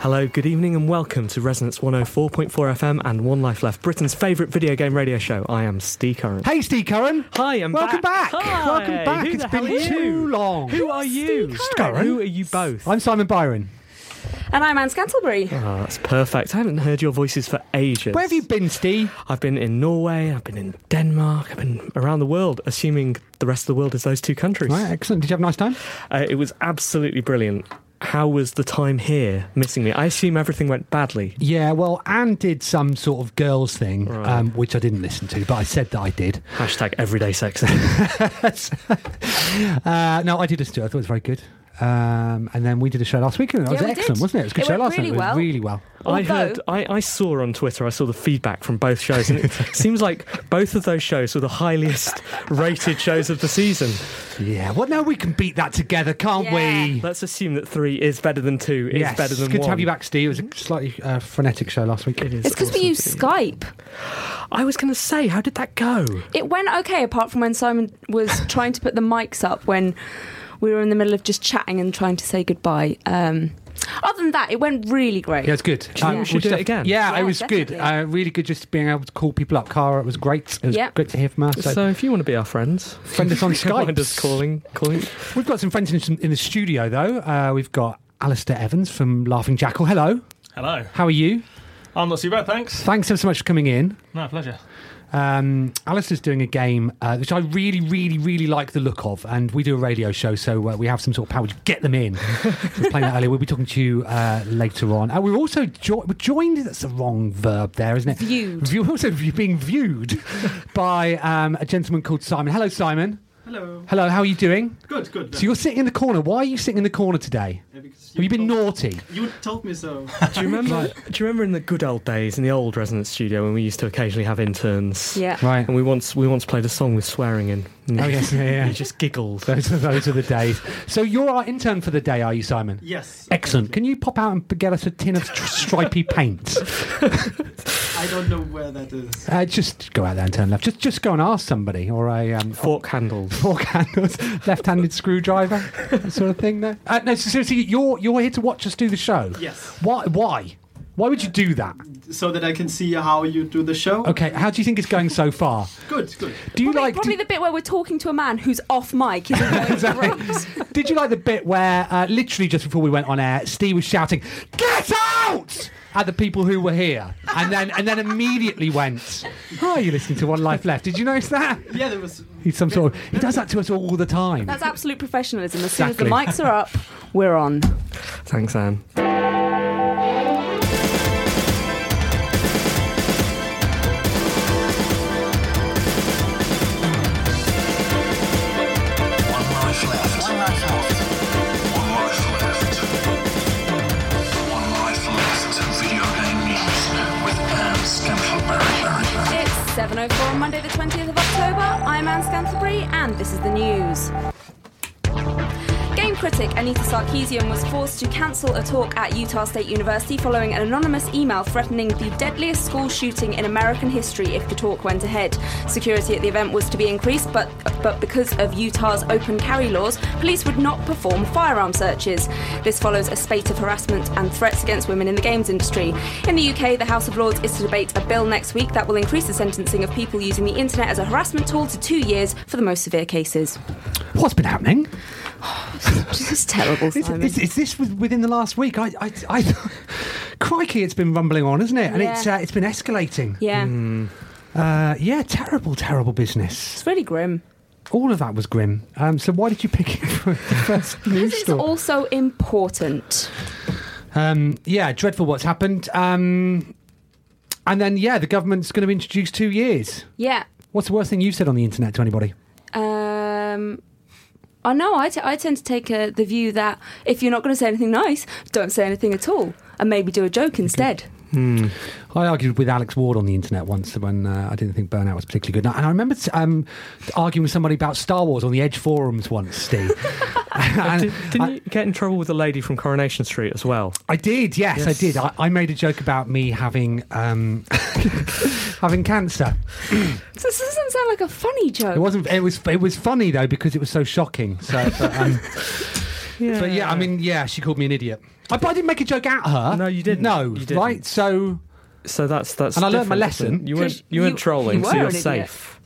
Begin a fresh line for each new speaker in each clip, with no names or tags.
Hello, good evening, and welcome to Resonance 104.4 FM and One Life Left, Britain's favourite video game radio show. I am Steve Curran.
Hey, Steve Curran.
Hi, I'm
Welcome
back.
back.
Hi.
Welcome back.
Who
It's
the hell
been
are you?
too long.
Who are you?
Steve Curran?
Who are you both?
I'm Simon Byron.
And I'm Anne Scantlebury.
Ah, that's perfect. I haven't heard your voices for ages.
Where have you been, Steve?
I've been in Norway, I've been in Denmark, I've been around the world, assuming the rest of the world is those two countries.
Right, excellent. Did you have a nice time?
Uh, it was absolutely brilliant. How was the time here missing me? I assume everything went badly.
Yeah, well, Anne did some sort of girls thing, um, which I didn't listen to, but I said that I did.
Hashtag everyday sex.
Uh, no, I did listen to it. I thought it was very good. Um, and then we did a show last week, and it was
we did.
excellent, wasn't it? It was a good
It
show
went
last
really
night. It
well.
was really well.
I
Although-
heard, I, I saw on Twitter, I saw the feedback from both shows, and it seems like both of those shows were the highest rated shows of the season.
Yeah, well, now we can beat that together, can't we?
Let's assume that three is better than two, is
yes,
better than
it's
one.
good
Mm-hmm.
to have you back, Steve. It was a slightly uh, frenetic show last week.
It is
It's because we
awesome
use
to be-
Skype.
I was going to say, how did that go?
It went okay, apart from when Simon was trying to put the mics up when we were in the middle of just chatting and trying to say goodbye. Um, other than that, it went really great.
Yeah, it's good. Um,
you think we should do it
def-
again?
Yeah,
Yeah,
it was good.
definitely.
Uh, really good just being able to call people up. Cara, it was great. It was
Yep.
great to hear from her.
So,
So,
if you want to be our friends,
friend us on
don't
Skype.
mind us calling, calling.
We've got some friends in, in the studio, though. Uh, we've got Alistair Evans from Laughing Jackal. Hello.
Hello.
How are you?
I'm not too bad, thanks.
Thanks ever so much for coming in.
No, pleasure.
Um, Alistair's doing a game uh, which I really, really, really like the look of, and we do a radio show, so uh, we have some sort of power to get them in. we were playing that earlier. We'll be talking to you uh, later on. Uh, we're also jo- we're joined. That's the wrong verb there, isn't it?
Viewed.
View- also view- being viewed by um, a gentleman called Simon. Hello, Simon.
Hello.
Hello. How are you doing?
Good, good.
So you're sitting in the corner. Why are you sitting in the corner today? Have you been naughty?
You told me so.
Do you remember? do you remember in the good old days in the old resonance studio when we used to occasionally have interns?
Yeah.
Right.
And we once we once played a song with swearing in.
Oh yes. Yeah. yeah.
You just giggled.
Those are those are the days. So you're our intern for the day, are you, Simon?
yes.
Excellent. Can you pop out and get us a tin of stripy paint?
I don't know where that is.
Uh, just go out there and turn left. Just just go and ask somebody or a um,
Fork handles.
fork handles, left-handed screwdriver, that sort of thing. No, uh, no. so Seriously, you're you're here to watch us do the show.
Yes.
Why? Why? Why would you do that?
So that I can see how you do the show.
Okay. How do you think it's going so far?
Good, good.
Do you
Probably,
like?
probably
did,
the bit where we're talking to a man who's off mic. Isn't great.
did you like the bit where uh, literally just before we went on air, Steve was shouting, "Get out!" at the people who were here, and then and then immediately went, "Oh, you're listening to One Life Left." Did you notice that?
Yeah, there was.
He's some sort of. He does that to us all the time.
That's absolute professionalism. As soon
Exactly.
as the mics are up, we're on.
Thanks, Anne.
One life left. One life left. One life left. One
Uh,
life left. Video game news with Anne Scantleberry.
It's 7.05 104 on Monday, the 20th of October. I'm Anne Scantlebury, and this is the news. Game critic Anita Sarkeesian was forced to cancel a talk at Utah State University following an anonymous email threatening the deadliest school shooting in American history if the talk went ahead. Security at the event was to be increased, but but because of Utah's open carry laws, police would not perform firearm searches. This follows a spate of harassment and threats against women in the games industry. In the UK, the House of Lords is to debate a bill next week that will increase the sentencing of people using the internet as a harassment tool to two years for the most severe cases.
What's been happening?
This is terrible,
Is,
Simon.
is- is this with- within the last week? I, I, I, crikey, it's been rumbling on, isn't it? And
Yeah.
it's uh, it's been escalating.
yeah,
Uh, yeah, terrible, terrible business.
it's really grim.
All of that was grim. Um, so why did you pick it for the first news
It's
story?
also important.
Um, yeah, dreadful what's happened. Um, and then yeah, the government's going to introduce two years.
Yeah.
What's the worst thing you've said on the internet to anybody?
Um, I know. I, t- I tend to take uh the view that if you're not going to say anything nice, don't say anything at all, and maybe do a joke instead.
I argued with Alex Ward on the internet once when uh, I didn't think Burnout was particularly good. And I remember um, arguing with somebody about Star Wars on the Edge forums once, Steve. And
Did, not
I-
you get in trouble with a lady from Coronation Street as well?
I did, yes, I
Yes.
did. I, I made a joke about me having um, having cancer.
So This doesn't sound like a funny joke.
It wasn't. It was. It was funny though because it was so shocking. So, but, um, but yeah, I mean, yeah, she called me an idiot. I, but I didn't make a joke at her.
No, you didn't.
No,
You didn't.
right? So
So that's that's.
And I learned my
different, isn't it?
lesson.
You
'Cause
weren't you
you-
weren't trolling,
you
so
were
you're
an idiot.
safe.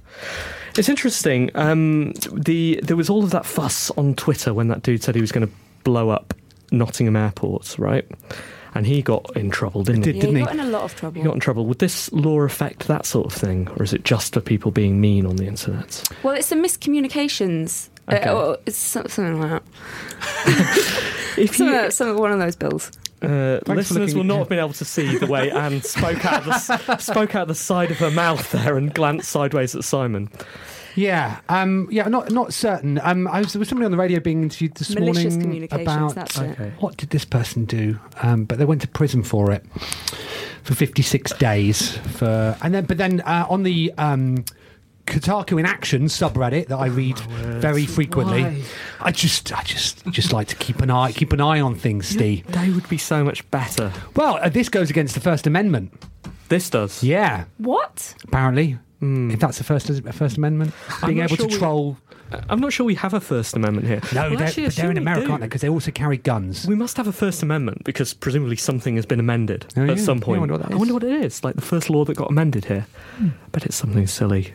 It's interesting. Um, the there was all of that fuss on Twitter when that dude said he was going to blow up Nottingham Airport, right? And he got in trouble, didn't he?
did,
yeah,
didn't
you
he?
got in a lot of trouble.
He got in trouble. Would this law affect that sort of thing, or is it just for people being mean on the internet?
well, it's the miscommunications. uh,
Okay.
or it's so- something like that.
If
Some,
you,
of- some of one of those bills.
uh,
for
listeners
looking-
will not have been able to see the way Anne spoke out of the, s- spoke out the side of her mouth there and glanced sideways at Simon.
yeah, um, yeah, not not certain. Um, I was, there was somebody on the radio being interviewed this
Malicious
morning
communications.
about
that's it.
Okay.
what did this person do? Um, but they went to prison for it for 56 days. For and then, but then uh, on the um, Kotaku in Action subreddit that I read very frequently,
Oh, Why?
I just, I just, just like to keep an eye, keep an eye on things, Steve.
They would be so much better.
Well, uh, this goes against the First Amendment.
This does.
Yeah,
What?
apparently.
Hmm.
If that's the first First Amendment, being
not
able
sure
to
we-
troll.
I'm not sure we have a First Amendment here.
No,
Well,
they're,
actually, I
but they're in
assume we
America,
do.
aren't they? Because they also carry guns.
We must have a First Amendment because presumably something has been amended
Oh,
at
yeah.
some
Yeah, I
point.
wonder what that Hmm.
I wonder what it is. Like the first law that got amended here. But it's something silly.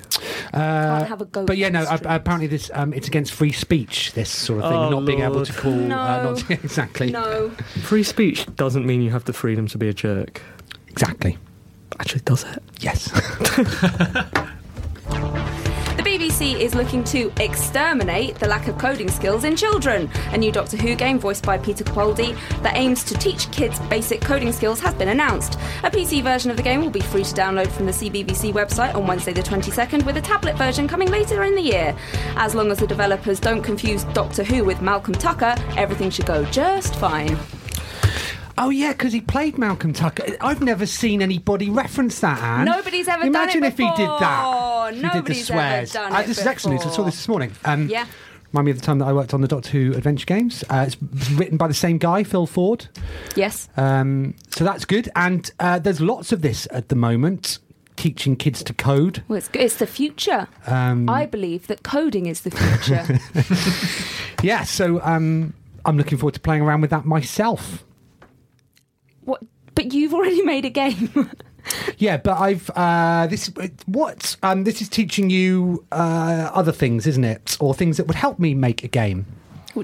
Can't have a go.
Uh, But yeah, no.
on
ap-
the
Apparently, this um, it's against free speech. This sort of thing,
Oh,
not being able
Lord.
to call. Uh,
No.
not, exactly.
street. No.
Free speech doesn't mean you have the freedom to be a jerk.
Exactly.
Actually, does it?
Yes.
The BBC is looking to exterminate the lack of coding skills in children. A new Doctor Who game voiced by Peter Capaldi that aims to teach kids basic coding skills has been announced. A PC version of the game will be free to download from the CBBC website on Wednesday the 22nd with a tablet version coming later in the year. As long as the developers don't confuse Doctor Who with Malcolm Tucker, everything should go just fine.
oh yeah, because he played Malcolm Tucker. I've never seen anybody reference that. Anne.
Nobody's ever done
Imagine
it
if he did
before.
that. If he did the
Nobody's ever
swears.
done
Uh,
it
this is excellent. news. I saw
before.
this this morning. Um,
Yeah.
Remind me of the time that I worked on the Doctor Who Adventure Games. Uh, it's written by the same guy, Phil Ford.
Yes.
Um, so that's good. And uh, there's lots of this at the moment, teaching kids to code.
Well, it's, it's the future. I believe that coding is the future.
Yeah, so um, I'm looking forward to playing around with that myself.
What? But you've already made a game.
Yeah, but I've uh, this what um, this is teaching you uh, other things, isn't it? Or things that would help me make a game.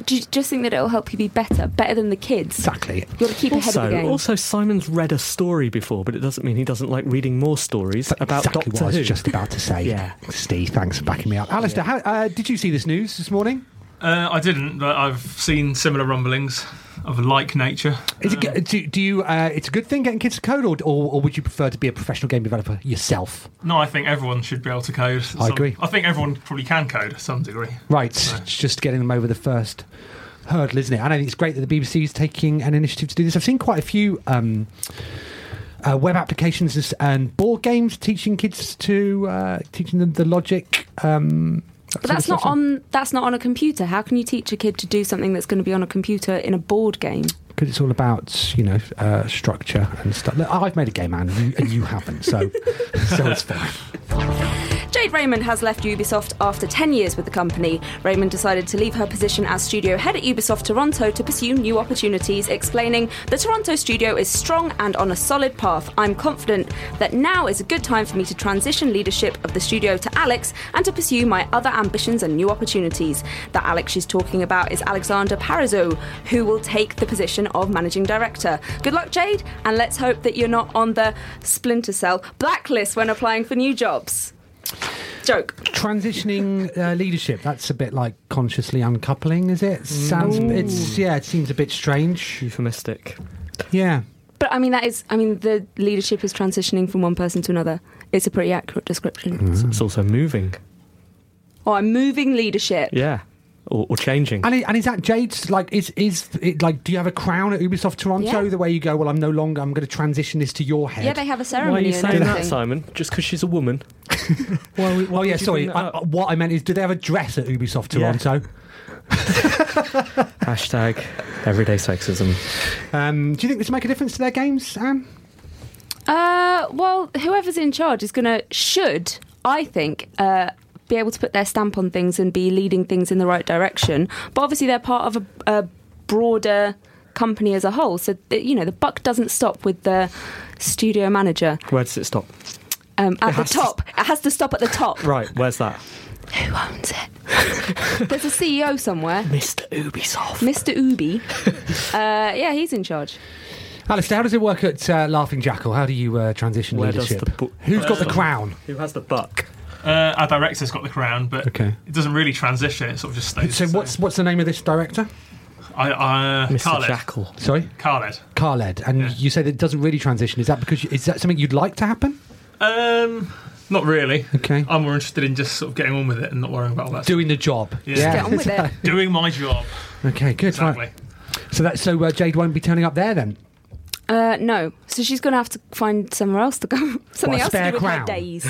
Do you just think that it'll help you be better, better than the kids?
Exactly.
You got to keep ahead of the
Also,
game.
also, Simon's read a story before, but it doesn't mean he doesn't like reading more stories about
exactly
Doctor
what I was
Who.
just about to say.
Yeah.
Steve, thanks for backing me up. Alistair, how, uh, did you see this news this morning?
Uh, I didn't, but I've seen similar rumblings of a like nature.
Is
Um,
it, g- do, do you? Uh, it's a good thing getting kids to code, or, or or would you prefer to be a professional game developer yourself?
No, I think everyone should be able to code.
I
Some-
agree.
I think everyone probably can code to some degree.
Right, it's just getting them over the first hurdle, isn't it? And I think it's great that the BBC is taking an initiative to do this. I've seen quite a few um, uh, web applications and board games, teaching kids to uh, teaching them the logic. Um,
But that's not on that's not on a computer. How can you teach a kid to do something that's going to be on a computer in a board game?
because it's all about you know uh, structure and stuff. Look, I've made a game, Anne, and you, and you haven't, so so it's fine.
Jade Raymond has left Ubisoft after 10 years with the company. Raymond decided to leave her position as studio head at Ubisoft Toronto to pursue new opportunities, explaining, The Toronto studio is strong and on a solid path. I'm confident that now is a good time for me to transition leadership of the studio to Alex and to pursue my other ambitions and new opportunities. The Alex she's talking about is Alexander Parazo, who will take the position of managing director. Good luck, Jade, and let's hope that you're not on the Splinter Cell blacklist when applying for new jobs. Joke.
Transitioning uh, leadership. That's a bit like consciously uncoupling, is it? Sounds.
Mm.
It's yeah. It seems a bit strange.
Euphemistic.
Yeah.
But I mean, that is, I mean, the leadership is transitioning from one person to another. It's a pretty accurate description.
It's,
Hmm.
it's also moving.
Oh, I'm moving leadership.
Yeah. Or, or changing.
And, i- and is that Jade's like? Is is it like? Do you have a crown at Ubisoft Toronto?
Yeah.
The way you go, well, I'm no longer. I'm going to transition this to your head.
Yeah, they have
Why
a
are
ceremony.
you
and
saying that,
everything.
Simon? Just because she's a woman?
Well,
would
Oh, yeah,
you
sorry.
bring that
I,
up?
what I meant is, do they have a dress at Ubisoft
Yeah.
Toronto?
Hashtag everyday sexism.
Um, do you think this will make a difference to their games, Anne?
Uh, well, whoever's in charge is going to, should, I think, uh, be able to put their stamp on things and be leading things in the right direction. But obviously, they're part of a, a broader company as a whole. So, th- you know, the buck doesn't stop with the studio manager
Where does it stop?
um, at the
has to-
top. It has to stop at the top.
Right, where's that?
Who owns it? There's a CEO somewhere.
Mr. Ubisoft.
Mr. Ubi. Uh, yeah, he's in charge.
Alistair, how does it work at uh, Laughing Jackal? How do you uh, transition
Where does
leadership?
the bu-
Who's got the
Uh,
crown?
Who has the buck?
Uh, our director's got the crown, but
Okay.
it doesn't really transition. It sort of just stays.
So
the same.
uh,
what's what's the name of this director?
I, I, uh,
Mr.
Khaled.
Jackal.
Sorry,
Khaled.
Khaled. And
Yeah.
you say that it doesn't really transition. Is that because you, is that something you'd like to happen?
Um, not really.
Okay.
I'm more interested in just sort of getting on with it and not worrying about all that.
Doing the job.
Yeah. Just
Get on with it.
Doing my job.
Okay, good.
Exactly.
Right. So that so uh, Jade won't be turning up there then.
Uh, no. So she's going to have to find somewhere else to go. Something
a
else to
spare
do with
crown?
her days.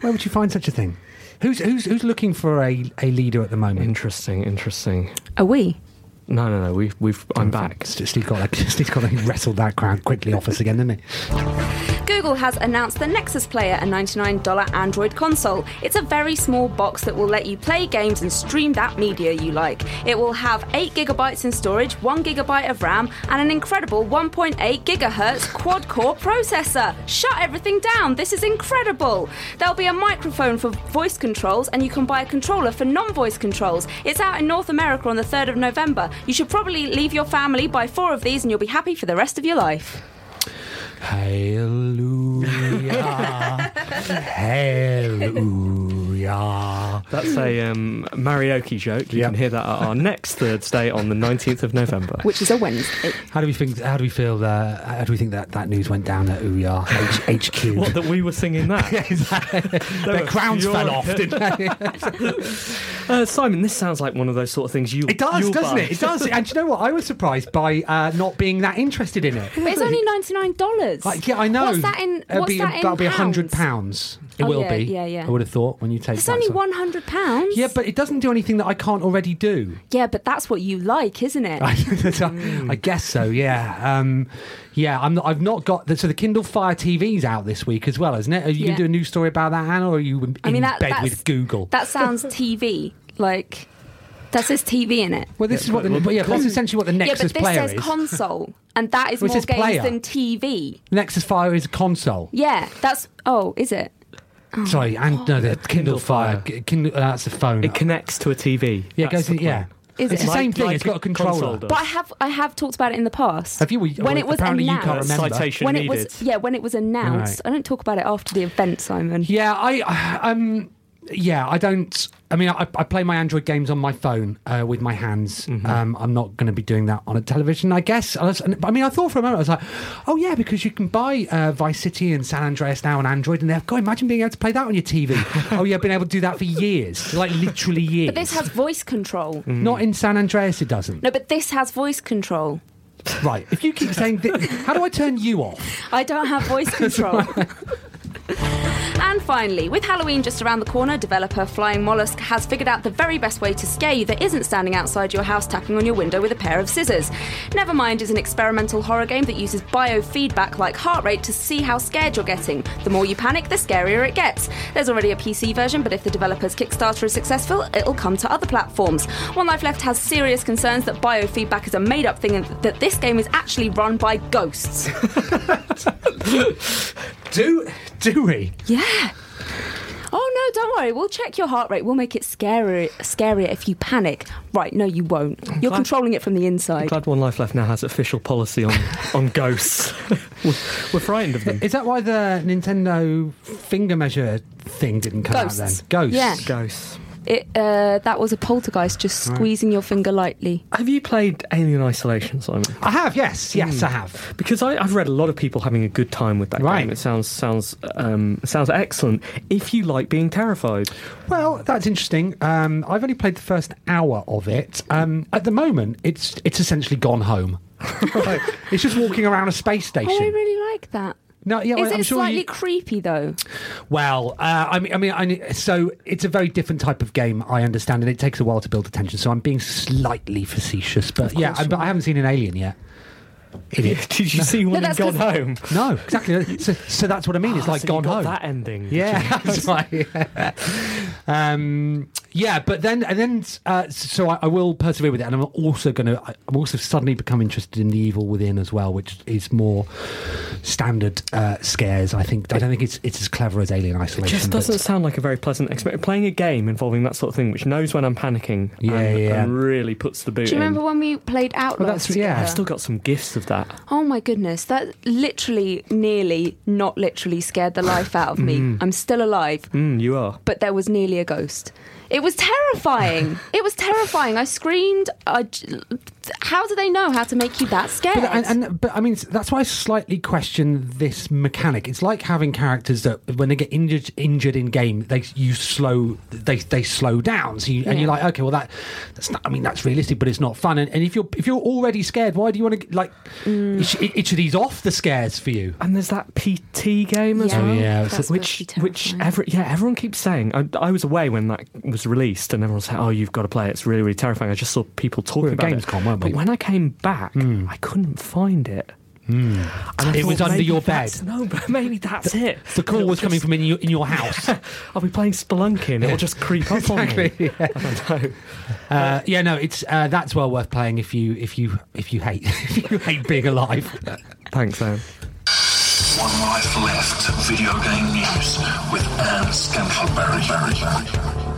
Where would you find such a thing? Who's who's who's looking for a, a leader at the moment?
Interesting, interesting.
Are we?
No, no, no. We've, we've. I'm back.
S- Steve got like Steve got like, wrestled that crown quickly off us again, didn't he?
Google has announced the Nexus Player, a $99 Android console. It's a very small box that will let you play games and stream that media you like. It will have 8 gigabytes in storage, 1 gigabyte of RAM, and an incredible 1.8 gigahertz quad core processor. Shut everything down, this is incredible! There'll be a microphone for voice controls, and you can buy a controller for non voice controls. It's out in North America on the 3rd of November. You should probably leave your family, buy four of these, and you'll be happy for the rest of your life.
Hallelujah. Hallelujah.
That's a um, karaoke joke. You
Yep.
can hear that at our next Thursday on the 19th of November.
Which is a Wednesday.
How do we think? How do we feel? Uh, how do we think that that news went down at Ouya H- HQ?
What, that we were singing that?
Their
were
crowns fell
furious.
off, didn't they?
Uh, Simon, this sounds like one of those sort of things you.
It does,
you'll
doesn't
buy.
it? It does. And do you know what? I was surprised by uh, not being that interested in it.
But it's only ninety nine dollars.
Like, yeah, I know.
What's that in?
It'll
What's
be,
that in
that'll be a hundred
pounds?
pounds. It
Oh,
will
yeah,
be.
yeah, yeah.
I would have thought when you take.
It's
that
only
sort-
one hundred pounds.
Yeah, but it doesn't do anything that I can't already do.
yeah, but that's what you like, isn't it?
I,
Mm.
I guess so. Yeah, um, yeah. I'm not, I've not got the, so the Kindle Fire TV's out this week as well, isn't it? Are you
Yeah.
gonna do a news story about that, Anna, or are you in
I mean, that,
bed
that's,
with Google?
That sounds TV. Like that says TV in it.
well, this is what the well, yeah, that's essentially what the
yeah,
Nexus
but this
Player
says
is.
console, and that is
Well, it
more
says
games
player.
than TV.
Nexus Fire is a console.
Yeah, that's. Oh, is it? Oh.
Sorry, and no, the Kindle,
Kindle
Fire.
Fire.
G- Kindle, uh, that's a phone.
It connects to a TV.
yeah, it
That's
goes
the
in, yeah.
point.
Is
it's
it?
the same
Like-
thing.
like
it's got a
a console
controller.
does.
But I have I have talked about it in the past.
Have you? We-
when
well,
it was
apparently you
announced,
can't remember.
Citation
when it
needed.
was yeah, when it was announced.
Right.
I don't talk about it after the event, Simon.
Yeah, I um yeah, I don't I mean I, I play my Android games on my phone uh, with my hands. Um, I'm not going to be doing that on a television, I guess. I, was- I mean, I thought for a moment I was like, "Oh yeah, because you can buy uh, Vice City and San Andreas now on Android and they've got imagine being able to play that on your TV." oh yeah, I've been able to do that for years. Like literally years.
But this has voice control.
not in San Andreas it doesn't.
No, but this has voice control.
Right. If you keep saying, thi- how do I turn you off?
I don't have voice control. And finally, with Halloween just around the corner, developer Flying Mollusk has figured out the very best way to scare you that isn't standing outside your house tapping on your window with a pair of scissors. Nevermind is an experimental horror game that uses biofeedback like heart rate to see how scared you're getting. The more you panic, the scarier it gets. There's already a PC version, but if the developer's Kickstarter is successful, it'll come to other platforms. One Life Left has serious concerns that biofeedback is a made up thing and that this game is actually run by ghosts.
Do do we?
Yeah. Oh no, don't worry. We'll check your heart rate. We'll make it scarier, scarier if you panic. Right? No, you won't. You're
glad-
controlling it from the inside.
Glad One Life Left now has official policy on, on ghosts. we're, we're frightened of them.
Is that why the Nintendo finger measure thing didn't come out
Ghosts.
then? Ghosts.
Yeah.
Ghosts.
It, uh, that was a poltergeist just squeezing your finger lightly.
Have you played Alien Isolation, Simon?
I have. Yes. Yes,
Hmm.
I have.
Because I, I've read a lot of people having a good time with that
Right.
game. It sounds sounds um, sounds excellent. If you like being terrified,
Well, that's interesting. Um, I've only played the first hour of it. Um, at the moment, it's it's essentially gone home. it's just walking around a space station.
Oh, I really like that.
No, yeah,
Is
well,
it
I'm sure
slightly
you-
creepy though?
Well, uh, I mean, I mean, I, mean, so it's a very different type of game, I understand, and it takes a while to build attention. So I'm being slightly facetious, but yeah, I, but I haven't seen an alien yet. Idiot.
did you see one and
that's
gone
'cause-
home? Ah,
No, exactly. So, so that's what I mean. It's like
So you
gone
got
home.
That ending. did you?
Yeah, that's right. Yeah. Um, yeah, but then and then uh, so I, I will persevere with it, and I'm also going to. I'm also suddenly become interested in the evil within as well, which is more standard uh, scares. I think I don't think it's it's as clever as Alien Isolation.
It just
but-
doesn't sound like a very pleasant experience. Playing a game involving that sort of thing, which knows when I'm panicking,
Yeah,
and,
yeah.
and really puts the boot.
Do you remember
In.
when we played Outlast?
Well, that's- yeah.
together?
I've still got some gifts of that.
Oh my goodness, that literally, nearly, not literally scared the life out of me. I'm still alive,
Mm, you are.
but there was nearly a ghost. It was terrifying. it was terrifying. I screamed. I j- how do they know how to make you that scared?
But, and, and, but I mean, that's why I slightly question this mechanic. It's like having characters that, when they get injured, injured in game, they you slow they they slow down. So you, and you're
Yeah.
like, okay, well that that's not. I mean, that's realistic, but it's not fun. And, and if you're if you're already scared, why do you want to like?
Mm.
It, sh- it, it should ease off the scares for you.
And there's that PT game as
Yeah. Oh,
well.
yeah,
It's-
that's
which
supposed to be
which
terrifying.
every, yeah everyone keeps saying. I, I was away when that was released, and everyone said, "Oh, you've got to play it. It's really really terrifying." I just saw people talking
were at
about
Gamescom,
it.
weren't we?
But when I came back, I couldn't find it. And I
Hmm. It was
thought,
under
maybe
your
that's-
bed.
No, but maybe that's it.
The call
It'll
was coming
just-
from in your in your house.
I'll be playing Spelunking. It'll just creep up on me.
Exactly,
I don't know.
Uh, yeah, no, it's uh, that's well worth playing if you if you if you hate if you hate being alive.
Thanks, Sam.
One Life Left video game news with Anne Scantleberry.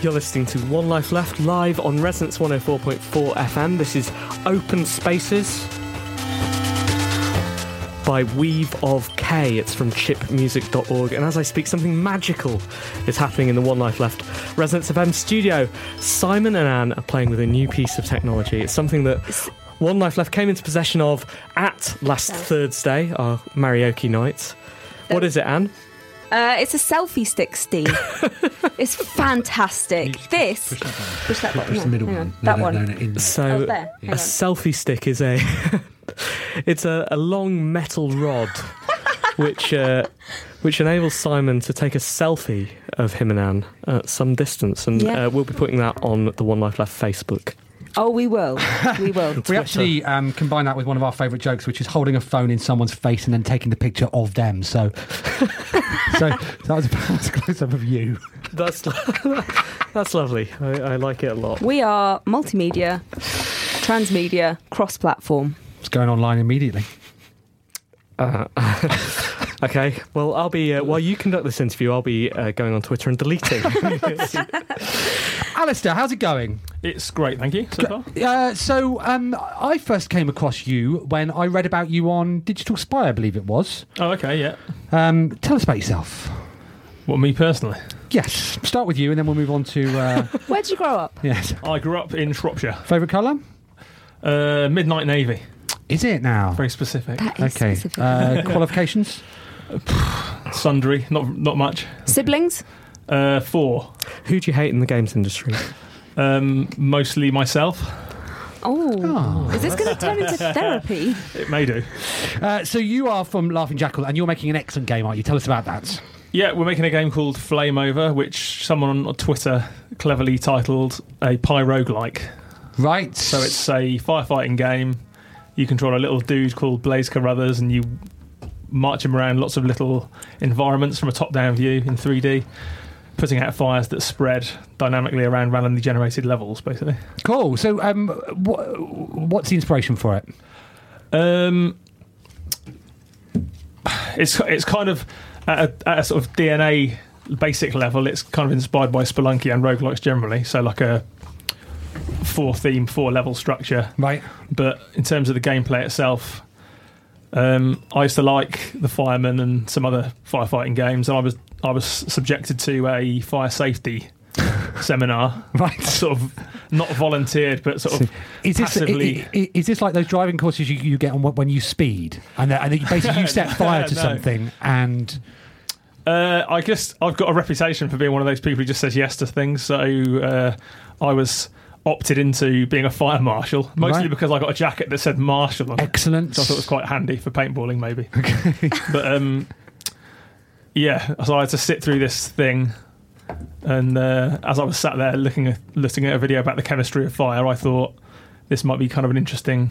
You're listening to One Life Left live on Resonance 104.4 FM. This is Open Spaces by Weave of K. It's from chipmusic.org. And as I speak, something magical is happening in the One Life Left Resonance FM studio. Simon and Anne are playing with a new piece of technology. It's something that One Life Left came into possession of at last Thursday, our karaoke night. What is it, Anne?
Uh, it's a selfie stick, Steve. it's fantastic. This. Push that button.
It's the
No,
middle
hang on.
one.
That
no,
one.
No, no, in there.
Oh,
So
there.
a
Hang on.
selfie stick is a it's a, a long metal rod which uh, which enables Simon to take a selfie of him and Anne at some distance, and
Yeah.
uh, we'll be putting that on the One Life Left Facebook.
Oh, we will. We will.
We actually um, combine that with one of our favourite jokes, which is holding a phone in someone's face and then taking the picture of them. So, so that was about as close up of you.
That's that's lovely. I, I like it a lot.
we are multimedia, transmedia, cross-platform.
It's going online immediately.
Okay, well, I'll be uh, while you conduct this interview, I'll be uh, going on Twitter and deleting.
Alistair, how's it going?
It's great, thank you. So far,
Uh, so, um, I first came across you when I read about you on Digital Spy, I believe it was.
oh okay, yeah.
Um, tell us about yourself.
Well, me personally,
Yes, start with you, and then we'll move on to uh,
Where did you grow up?
yes.
I grew up in Shropshire.
Favorite colour?
Uh, Midnight Navy,
Is it now?
very specific.
That is
Okay.
specific.
Uh, qualifications?
Sundry, not not much.
Siblings?
Uh, four,
Who do you hate in the games industry?
um, mostly myself.
Ah.
Oh. Is this going to turn into therapy?
It may do.
Uh, so you are from Laughing Jackal, and you're making an excellent game, aren't you? Tell us about that.
Yeah, we're making a game called Flame Over, which someone on Twitter cleverly titled a pyroguelike.
Right.
So it's a firefighting game. You control a little dude called Blaze Carruthers, and you march him around lots of little environments from a top-down view in 3D, putting out fires that spread dynamically around randomly generated levels, basically.
cool. So um, wh- what's the inspiration for it?
Um, it's it's kind of at a, at a sort of DNA basic level. It's kind of inspired by Spelunky and roguelikes generally. So like a four theme, four level structure.
Right.
But in terms of the gameplay itself, um, I used to like the fireman and some other firefighting games, and I was I was subjected to a fire safety seminar.
Right.
Sort of not volunteered, but sort of
Is this, i-
passively.
i- i- is this like those driving courses you, you get on wh- when you speed, and, that, and that you basically you set fire to
No.
something, and
Uh, I guess I've got a reputation for being one of those people who just says yes to things. So uh, I was opted into being a fire marshal, mostly
Right.
because I got a jacket that said marshal on it.
excellent.
So I thought it was quite handy for paintballing, maybe. but um, yeah, so I had to sit through this thing. And uh, as I was sat there looking at, looking at a video about the chemistry of fire, I thought this might be kind of an interesting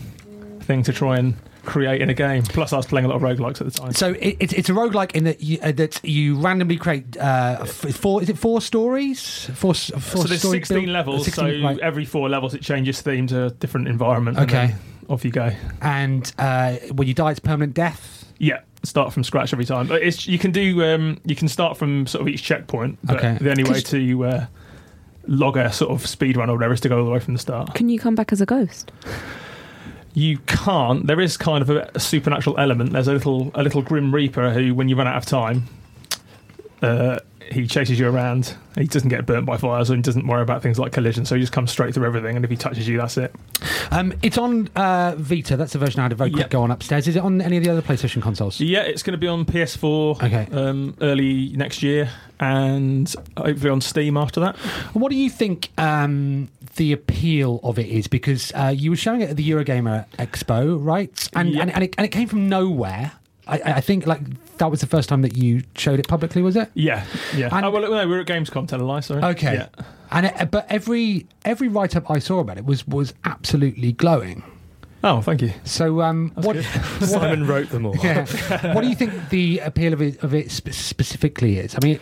thing to try and create in a game. Plus, I was playing a lot of roguelikes at the time.
So it, it's it's a roguelike in that you, uh, that you randomly create uh, f- four is it four stories four s- four
so there's
story
16
build-
levels
16,
so
right.
every four levels it changes theme to a different environment and
Okay.
then off you go
and uh, when you die it's permanent death
yeah start from scratch every time But it's you can do um, you can start from sort of each checkpoint but
Okay.
the only way
'Cause-
to uh, log a sort of speed run or whatever is to go all the way from the start
Can you come back as a ghost?
you can't there is kind of a, a supernatural element there's a little a little grim reaper who when you run out of time uh, he chases you around he doesn't get burnt by fires and he doesn't worry about things like collision so he just comes straight through everything and if he touches you that's it
Um, it's on uh, Vita. That's the version I had a very quick
Yep.
go on upstairs. Is it on any of the other PlayStation consoles?
Yeah, it's going to be on PS4
Okay.
um, early next year and hopefully on Steam after that.
And What do you think um, the appeal of it is? Because uh, you were showing it at the Eurogamer Expo, right? And
Yeah.
and, and, it, and it came from nowhere. I, I I think like that was the first time that you showed it publicly, was it?
Yeah, yeah.
And-
oh, well, no, we were at Gamescom, tell a lie, sorry.
Okay.
Yeah.
And it, but every every write up I saw about it was was absolutely glowing.
Oh, thank you.
So um, what what,
Simon wrote them all.
yeah. what do you think the appeal of it, of it spe- specifically is? I mean,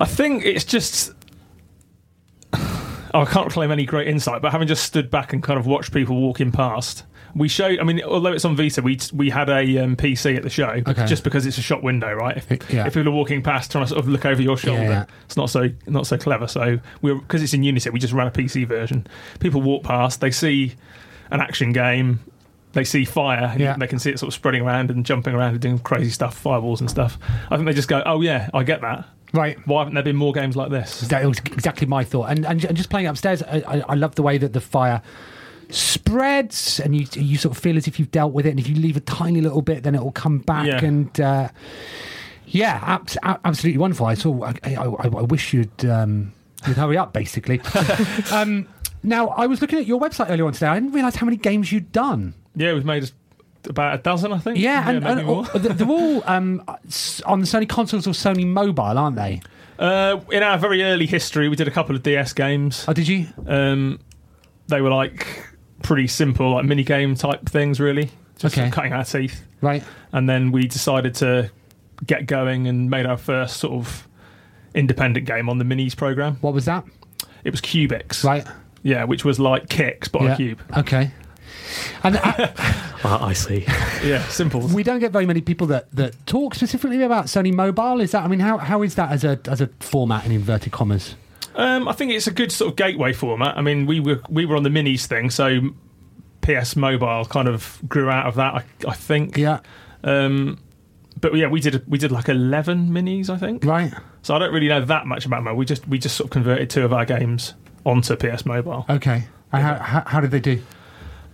I think it's just. Oh, I can't claim any great insight, but having just stood back and kind of watched people walking past we showed. I mean, although it's on Vita, we we had a um, PC at the show
Okay.
just because it's a shop window, right? If,
Yeah.
if people are walking past trying to sort of look over your shoulder,
yeah.
it's not so not so clever. So we because it's in Unity, we just ran a PC version. People walk past, they see an action game. They see fire, and
Yeah.
they can see it sort of spreading around and jumping around and doing crazy stuff, fireballs and stuff. I think they just go, "Oh yeah, I get that.
Right.
Why haven't there been more games like this?"
That was exactly my thought. And and, and just playing upstairs, I, I, I love the way that the fire spreads, and you you sort of feel as if you've dealt with it. And if you leave a tiny little bit, then it will come back.
Yeah.
And uh, yeah, abs- a- absolutely wonderful. I saw. I, I, I I wish you'd um, you'd hurry up, basically. um, now I was looking at your website earlier on today. I didn't realise how many games you'd done.
Yeah, we've made about a dozen, I think.
Yeah, and,
maybe
and
more.
all- they're all um, s- on the Sony consoles or Sony mobile, aren't they?
Uh, in our very early history, we did a couple of DS games.
Oh, did you?
Um, they were like pretty simple, like mini game type things, really. Just
Okay.
cutting our teeth.
Right.
And then we decided to get going and made our first sort of independent game on the minis program.
What was that?
It was Cubics.
Right.
Yeah, which was like kicks, but on a cube.
Okay. And uh,
Ah, I see.
Yeah, simple.
we don't get very many people that, that talk specifically about Sony Mobile. Is that? I mean, how, how is that as a as a format in inverted commas?
Um, I think it's a good sort of gateway format. I mean, we were we were on the minis thing, so PS Mobile kind of grew out of that, I, I think.
Yeah.
Um, but yeah, we did we did like eleven minis, I think.
Right.
So I don't really know that much about mobile. We just we just sort of converted two of our games onto PS Mobile.
Okay. And how, how how did they do?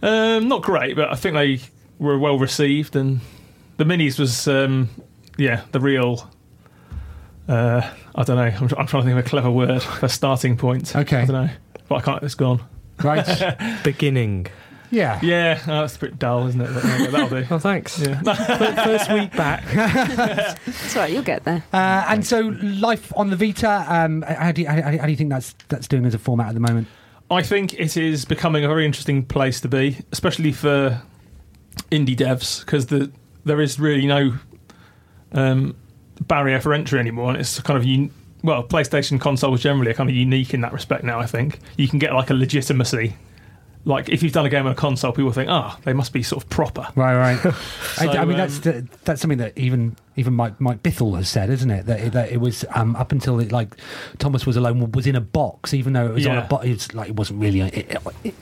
Um, not great, but I think they were well received, and the minis was um, yeah the real. Uh, I don't know. I'm, tr- I'm trying to think of a clever word for starting point.
Okay.
I don't know, but I can't. It's gone.
Right.
Beginning.
yeah.
Yeah, oh, that's a bit dull, isn't it? But, there you go, that'll do.
Oh, thanks.
Yeah.
First week back.
That's right, you'll get there.
Uh, and so, life on the Vita. Um, how do you, how, how do you think that's that's doing as a format at the moment?
I think it is becoming a very interesting place to be, especially for indie devs, because the there is really no um, barrier for entry anymore, and it's kind of un- well, PlayStation consoles generally are kind of unique in that respect now. I think you can get like a legitimacy. Like if you've done a game on a console, people think, ah, they must be sort of proper.
Right, right. I, I
So,
mean, that's the, that's something that even even Mike Mike Bithell has said, isn't it? That it, that it was um, up until it, like Thomas was alone was in a box, even though it was on
Yeah.
a box. It's like it wasn't really on- it, it-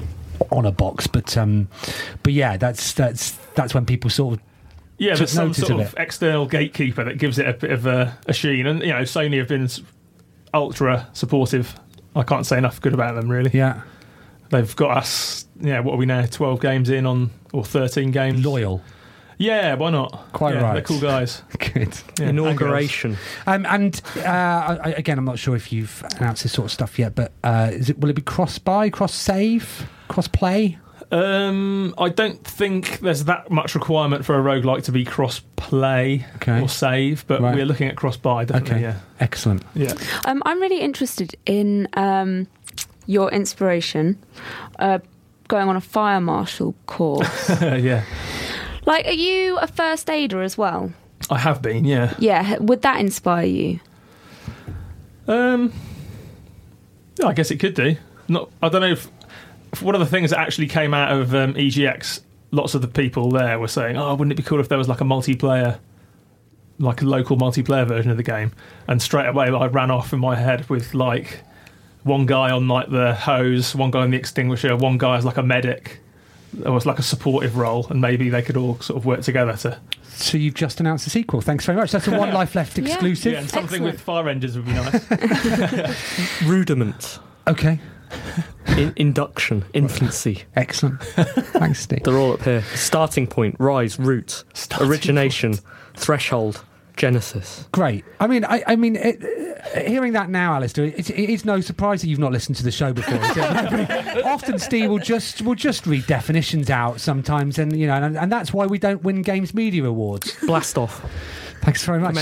on a box, but um, but yeah, that's that's that's when people sort of
Yeah,
took
there's some
notice
sort
of
of external gatekeeper that gives it a bit of a, a sheen, and you know, Sony have been s- ultra supportive. I can't say enough good about them, really.
yeah
They've got us, yeah, what are we now, 12 games in on, or 13 games?
loyal.
Yeah, why not?
Quite
Yeah,
right.
They're cool guys.
Good.
Yeah, and girls.
Inauguration.
Um, and uh, I, I- again, I'm not sure if you've announced this sort of stuff yet, but uh, is it will it be cross buy, cross save, cross play?
Um, I don't think there's that much requirement for a roguelike to be cross play
Okay.
or save, but
Right.
we're looking at cross buy,
Okay,
definitely.
excellent.
Yeah.
Um, I'm really interested in um, your inspiration uh, going on a fire marshal course.
Yeah. yeah.
like, are you a first aider as well?
I have been, yeah.
Yeah, would that inspire you?
Um, yeah, I guess it could do. Not, I don't know if, if one of the things that actually came out of um, EGX, lots of the people there were saying, "Oh, wouldn't it be cool if there was like a multiplayer, like a local multiplayer version of the game?" And straight away, I ran off in my head with like one guy on like the hose, one guy on the extinguisher, one guy as like a medic. It was like a supportive role, and maybe they could all sort of work together to.
So you've just announced a sequel. Thanks very much. That's a One Life Left
Yeah.
exclusive.
Yeah, and something
Excellent.
with fire engines would be nice.
Rudiment.
Okay,
In- induction. Infancy.
excellent. Thanks, Steve.
They're all up here. Starting point. Rise. Root.
Starting
origination. Threshold. Genesis.
Great. I mean, I, I mean, it, uh, hearing that now, Alistair, it, it is no surprise that you've not listened to the show before. is it? Often, Steve will just will just read definitions out sometimes, and you know, and, and that's why we don't win Games Media Awards.
Blast off.
Thanks very much.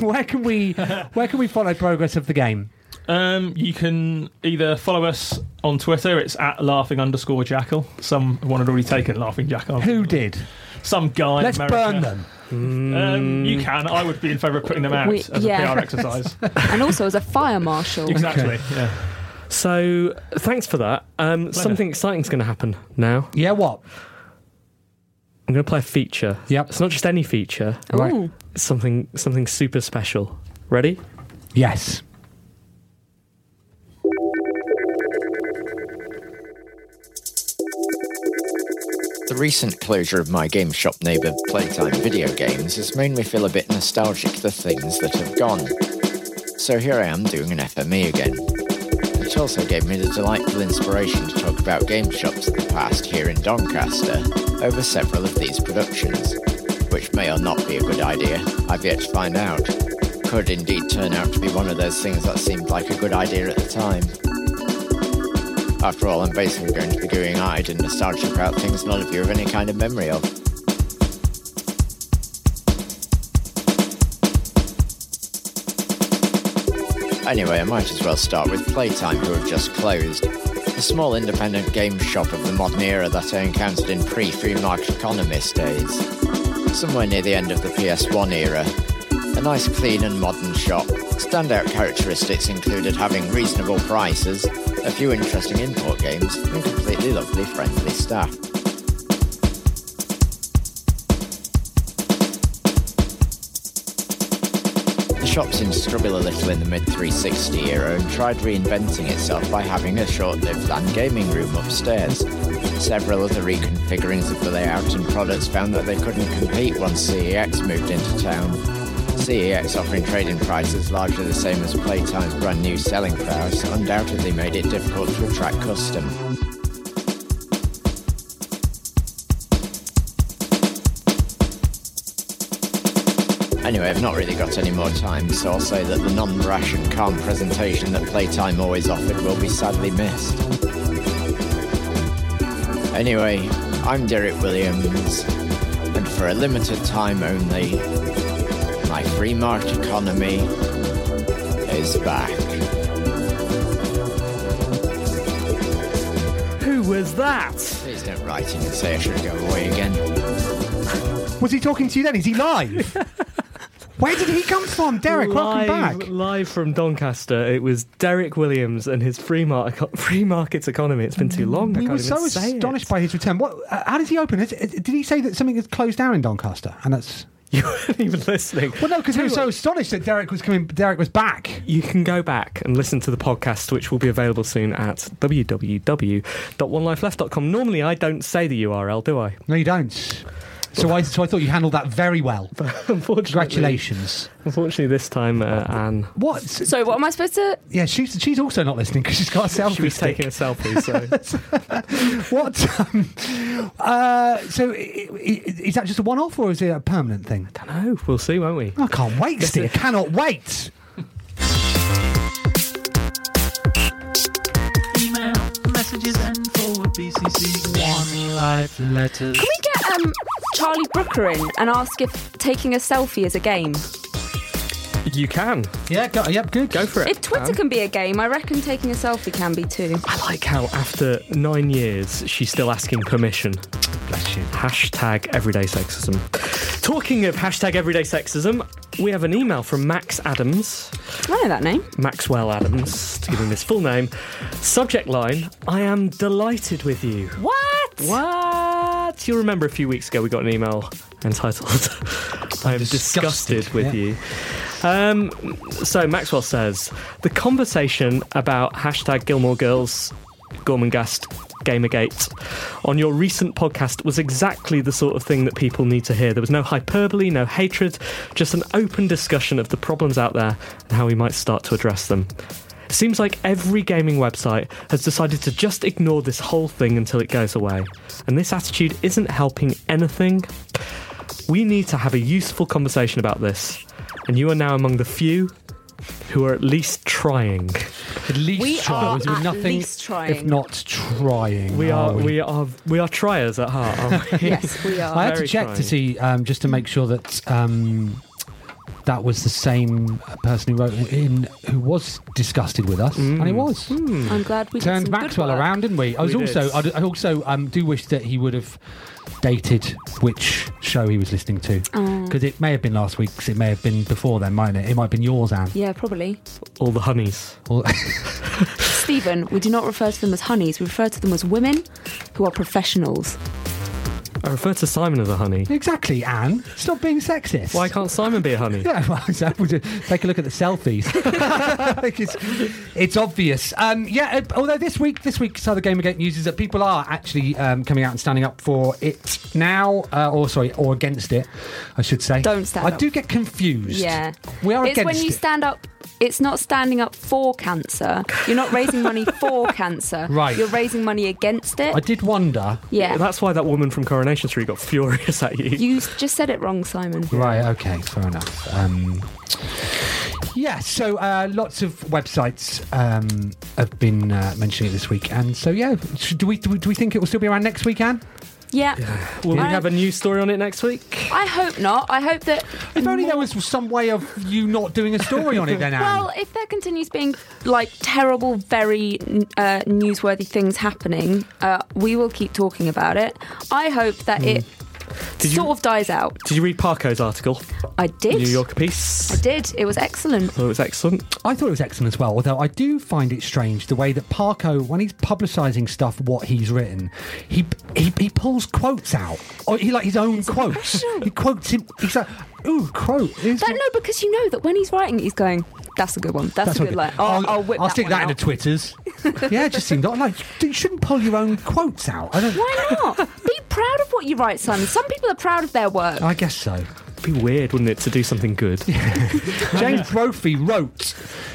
where can we where can we follow progress of the game?
Um, you can either follow us on Twitter. It's at laughing underscore jackal. Someone had already taken laughing jackal.
Who did?
Some guy. in
Let's
America.
burn them.
Um, you can. I would be in favour of putting them out
We-
as
yeah.
a PR exercise.
And also as a fire marshal.
exactly. Yeah.
So, thanks for that. Um, something exciting's going to happen now.
Yeah, what?
I'm going to play a feature.
Yep.
It's not just any feature.
Right.
It's something something super special. Ready?
Yes.
The recent closure of my game shop neighbour Playtime Video Games has made me feel a bit nostalgic for things that have gone. So here I am doing an FME again. Which also gave me the delightful inspiration to talk about game shops of the past here in Doncaster over several of these productions, which may or not be a good idea, I've yet to find out. Could indeed turn out to be one of those things that seemed like a good idea at the time. After all, I'm basically going to be doing eyed and nostalgic about things none of you have any kind of memory of. Anyway, I might as well start with Playtime, who have just closed. The small independent game shop of the modern era that I encountered in pre free market economist days. Somewhere near the end of the PS1 era. A nice, clean, and modern shop. Standout characteristics included having reasonable prices, a few interesting import games, and completely lovely, friendly staff. The shop seemed to struggle a little in the mid 360 era and tried reinventing itself by having a short lived LAN gaming room upstairs. Several other reconfigurings of the layout and products found that they couldn't compete once CEX moved into town. CEX offering trading prices largely the same as Playtime's brand new selling price undoubtedly made it difficult to attract custom. Anyway, I've not really got any more time, so I'll say that the non rash and calm presentation that Playtime always offered will be sadly missed. Anyway, I'm Derek Williams, and for a limited time only, my free market economy is back.
Who was that?
Please don't write in and say I should go away again.
Was he talking to you then? Is he live? Where did he come from, Derek?
live,
Welcome back.
live from Doncaster. It was Derek Williams and his free, mar- free markets economy. It's been too long. I
We
can't
were
even
so
say it.
astonished by his return. What? uh, How did he open it? Uh, Did he say that something had closed down in Doncaster? And that's
You weren't even listening.
well, no, because we were so astonished that Derek was coming. Derek was back.
You can go back and listen to the podcast, which will be available soon at www.onelifeleft.com. Normally, I don't say the URL, do I?
No, you don't. So I, so I thought you handled that very well.
Unfortunately,
Congratulations.
Unfortunately, this time, uh, Anne,
What?
So, what am I supposed to?
Yeah, she's she's also not listening because she's got a selfie
she was
stick.
taking a selfie. So
What? Um, uh, so i- i- is that just a one-off or is it a permanent thing?
no, we'll see, won't we?
I can't wait, Steve. I cannot wait.
Email, messages, and forward BCC. One life letters.
Can we get um, Charlie Brooker in and ask if taking a selfie is a game?
You can
Yeah, go, yep, good.
go for it.
If Twitter
Um.
Anne.
can be a game, I reckon taking a selfie can be too.
I like how after nine years, she's still asking permission.
Bless you.
Hashtag everyday sexism. Talking of hashtag everyday sexism, we have an email from Max Adams,
I know that name.
Maxwell Adams, to give him his full name. Subject line I am delighted with you.
What?
What? You'll remember a few weeks ago we got an email entitled I am disgusted,
disgusted,
with
yeah.
you. Um, so Maxwell says the conversation about hashtag Gilmore Girls, Gormangast, Gamergate on your recent podcast was exactly the sort of thing that people need to hear. There was no hyperbole, no hatred, just an open discussion of the problems out there and how we might start to address them. It seems like every gaming website has decided to just ignore this whole thing until it goes away. And this attitude isn't helping anything. We need to have a useful conversation about this. And you are now among the few who are at least trying.
At least
We
try.
are
We're doing
at
nothing
least trying.
if not trying.
We are
we?
we are we are triers at heart, aren't we?
Yes, we are.
I had to
Very
check to
trying.
see um, just to make sure that um, that was the same person who wrote in who was disgusted with us,
Mm.
and he was.
I'm glad we did
Turned
some good
Maxwell
work.
around, didn't we? I was
We did.
also I, d- I also um, do wish that he would have dated which show he was listening to
Um,
because it may have been last week's, it may have been before then, mightn't it? It might have been yours, Anne.
Yeah, probably.
All the honeys.
Or-
Stephen, we do not refer to them as honeys. We refer to them as women who are professionals.
I refer to Simon as a honey.
Exactly, Anne. Stop being sexist.
Why can't Simon be a honey?
Yeah, well, exactly. Take a look at the selfies. Like, it's, it's obvious. Um, yeah, uh, although this week, this week's other Game Against news is that people are actually um, coming out and standing up for it now, uh, or sorry, or against it, I should say.
Don't stand
I
up.
do get confused.
Yeah.
We are
it's
against
when you
it.
stand up. It's not standing up for cancer. You're not raising money for cancer.
Right.
You're raising money against it.
I
did wonder.
Yeah.
That's why that woman from Coronation Street got furious at you.
You s- just said it wrong, Simon.
Right, okay, fair enough. Um, yeah, so uh, lots of websites um, have been uh, mentioning it this week. And so, yeah, should, do, we, do we do we think it will still be around next week, Anne?
Yeah.
Will
I,
we have a news story on it next week?
I hope not. I hope that.
If only there was some way of you not doing a story on it then, Anne.
Well, if there continues being like terrible, very uh, newsworthy things happening, uh, we will keep talking about it. I hope that
Hmm.
it
Did you-
sort of dies out.
Did you read Parko's article?
I did.
New Yorker piece.
I did. It was excellent.
thought it was excellent.
I thought it was excellent as well, although I do find it strange the way that Parko, when he's publicising stuff, what he's written, he, he he pulls quotes out, or he like his own quotes. He quotes him. He's like, ooh, quote. here's
That,
what-
no, because you know that when he's writing, it, he's going, "That's a good one. That's, a
what
good
I-
line. Oh, I'll, whip
I'll
that
stick
one
that
out.
in the Twitters. yeah, it just seemed odd. Like, you shouldn't pull your own quotes out. I don't.
Why not? Be proud of what you write, son. Some people are proud of their work.
I guess so.
It'd be weird, wouldn't it, to do something good?
James Brophy wrote,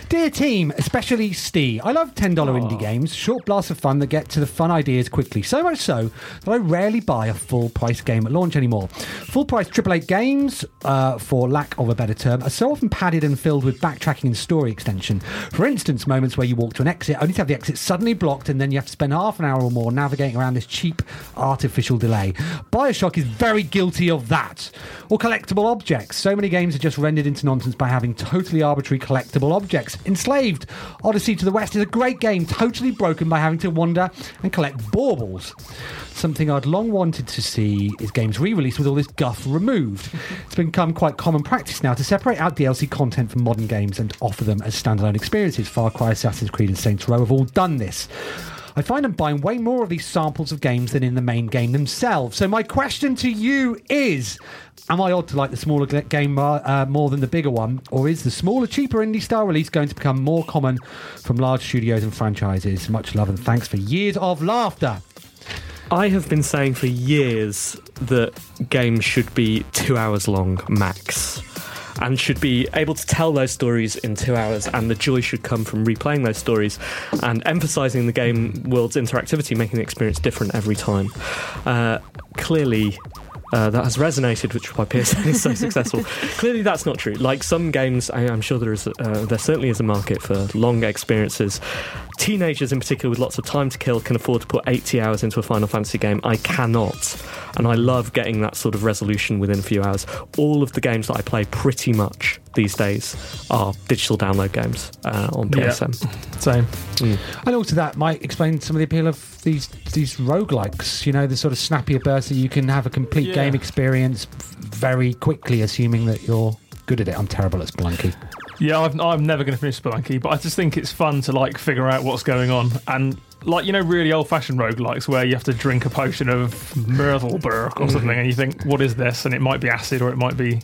"Dear team, especially Steve, I love ten dollar indie games, short blasts of fun that get to the fun ideas quickly. So much so that I rarely buy a full price game at launch anymore. Full price AAA games, uh, for lack of a better term, are so often padded and filled with backtracking and story extension. For instance, moments where you walk to an exit only to have the exit suddenly blocked, and then you have to spend half an hour or more navigating around this cheap artificial delay. Bioshock is very guilty of that. Or collectible objects. So many games are just rendered into nonsense by having totally arbitrary collectible objects. Enslaved, Odyssey to the West is a great game, totally broken by having to wander and collect baubles. Something I'd long wanted to see is games re released with all this guff removed. It's become quite common practice now to separate out DLC content from modern games and offer them as standalone experiences. Far Cry, Assassin's Creed, and Saints Row have all done this. I find I'm buying way more of these samples of games than in the main game themselves. So my question to you is: Am I odd to like the smaller g- game uh, more than the bigger one, or is the smaller, cheaper indie style release going to become more common from large studios and franchises? Much love and thanks for years of laughter.
I have been saying for years that games should be two hours long max and should be able to tell those stories in two hours and the joy should come from replaying those stories and emphasizing the game world's interactivity making the experience different every time uh, clearly uh, that has resonated, which is why PSN is so successful. Clearly, that's not true. Like some games, I, I'm sure there is, uh, there certainly is a market for long experiences. Teenagers, in particular, with lots of time to kill, can afford to put 80 hours into a Final Fantasy game. I cannot, and I love getting that sort of resolution within a few hours. All of the games that I play, pretty much these days, are digital download games uh, on
Yeah.
PSN.
Same.
Mm.
And also that might explain some of the appeal of these these roguelikes, you know, the sort of snappier bursts that you can have a complete
Yeah.
game experience very quickly, assuming that you're good at it. I'm terrible at Splunky.
Yeah, I've, I'm never going to finish Spelunky, but I just think it's fun to like figure out what's going on and like you know really old-fashioned roguelikes where you have to drink a potion of Myrtleberg
Mm-hmm.
or something and you think what is this and it might be acid or it might be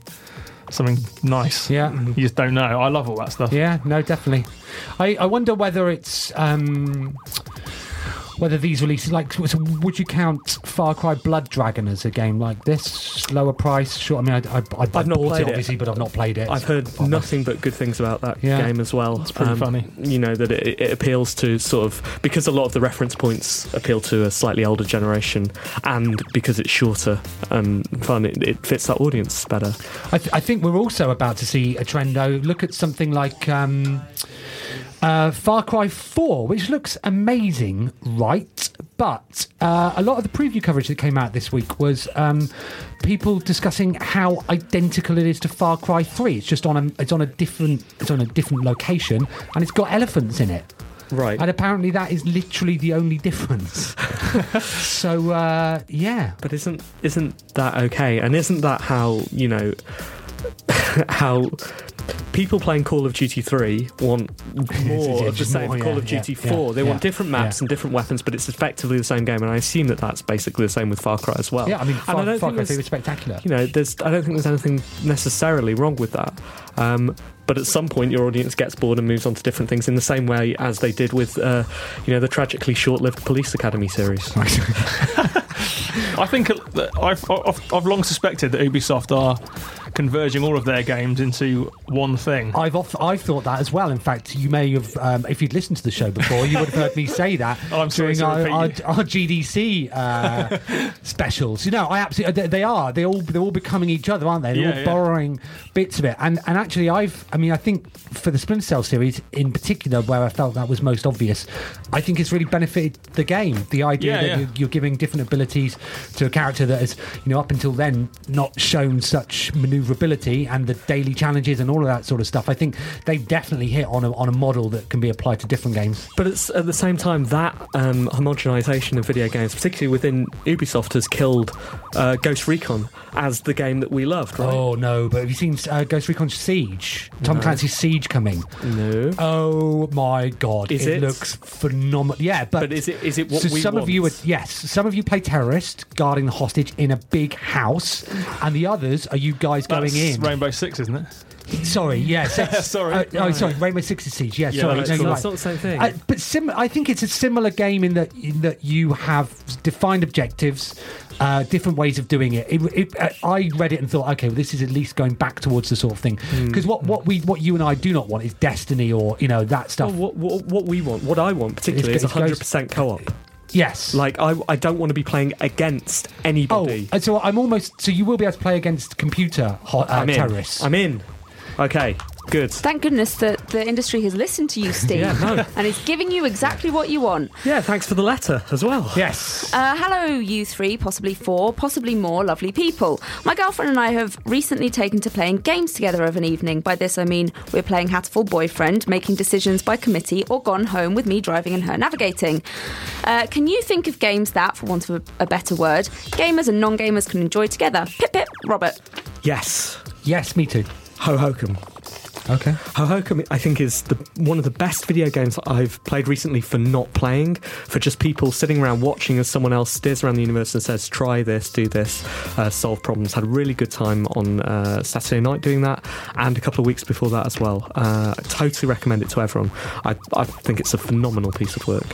something nice.
Yeah.
You just don't know. I love all that stuff.
Yeah, no, definitely. I, I wonder whether it's um, whether these releases like so would you count Far Cry Blood Dragon as a game like this lower price? Sure, I mean I, I, I, I
not
bought
played it.
it obviously, but I've not played it.
I've heard nothing but good things about that
Yeah.
game as well. It's
pretty funny.
You know that it, it appeals to sort of because a lot of the reference points appeal to a slightly older generation, and because it's shorter and fun, it, it fits that audience better.
I, th- I think we're also about to see a trend, though. Look at something like um, uh, Far Cry 4, which looks amazing, right? But uh, a lot of the preview coverage that came out this week was um, people discussing how identical it is to Far Cry 3. It's just on a it's on a different it's on a different location, and it's got elephants in it.
Right.
And apparently, that is literally the only difference. so uh, yeah,
But isn't isn't that okay? And isn't that how you know? how people playing Call of Duty 3 want more
yeah,
of the
just
same
more,
Call
yeah,
of Duty
yeah,
4.
yeah,
they want
yeah,
different maps
yeah.
and different weapons, but it's effectively the same game. And I assume that that's basically the same with Far Cry as well.
Yeah, I mean, Far,
and I don't
Far
think
Cry 3
there's-
was spectacular.
you know, there's I don't think there's anything necessarily wrong with that. Um, but at some point, your audience gets bored and moves on to different things in the same way as they did with, uh, you know, the tragically short-lived Police Academy series.
I think it- that I've, I've, I've long suspected that Ubisoft are converging all of their games into one thing.
I've off- I've thought that as well. In fact, you may have, um, if you'd listened to the show before, you would have heard me say that
Oh, I'm sorry
during
to
our, our,
repeat
our GDC uh, specials. You know, I absolutely they, they are. They all they're all becoming each other, aren't they? They're
Yeah,
all
yeah.
borrowing bits of it. And and actually, I've I mean, I think for the Splinter Cell series in particular, where I felt that was most obvious, I think it's really benefited the game. The idea
Yeah,
that
yeah.
You, you're giving different abilities to a character that has, you know, up until then not shown such maneuverability and the daily challenges and all of that sort of stuff. I think they've definitely hit on a, on a model that can be applied to different games.
But it's at the same time that um, homogenization of video games, particularly within Ubisoft, has killed uh, Ghost Recon as the game that we loved. Right?
Oh no! But have you seen uh, Ghost Recon Siege? Tom
No.
Clancy's Siege coming.
no.
Oh my god!
Is it?
looks phenomenal. Yeah, but,
But is it is it what
so
we
some
want?
of you are yes, some of you play terrorist guarding the hostage in a big house, and the others are you guys
That's
going in.
Rainbow Six, isn't it?
Sorry, yeah, Six-
Sorry.
uh, oh, sorry, Rainbow Six Siege. Yeah,
Yeah,
sorry,
that's
no,
cool.
you're right.
That's not the same thing.
Uh, but sim- I think it's a similar game in that in that you have defined objectives, uh, different ways of doing it. it, it uh, I read it and thought, okay, well, this is at least going back towards the sort of thing.
Hmm.
Because what, what we what you and I do not want is Destiny or you know that
Well,
stuff.
what, what, what we want, what I want particularly,
It's-
is
it goes-
100% co-op.
yes,
Like I, I don't want to be playing against
oh,
anybody.
and so I'm almost so you will be able to play against computer ho- uh,
I'm in.
terrorists.
I'm in. Okay, good.
Thank goodness that the industry has listened to you, Steve, and is giving you exactly what you want.
Yeah, thanks for the letter as well.
yes.
Uh, hello, you three, possibly four, possibly more lovely people. My girlfriend and I have recently taken to playing games together of an evening. By this, I mean we're playing Hatful Boyfriend, making decisions by committee, or gone home with me driving and her navigating. Uh, can you think of games that, for want of a, a better word, gamers and non gamers can enjoy together? Pip pip, Robert.
Yes.
Yes, me too.
Ho Hokum.
Okay.
Ho Hokum, I think, is the, one of the best video games I've played recently for not playing, for just people sitting around watching as someone else steers around the universe and says, try this, do this, uh, solve problems. Had a really good time on uh, Saturday night doing that, and a couple of weeks before that as well. Uh, I totally recommend it to everyone. I, I think it's a phenomenal piece of work.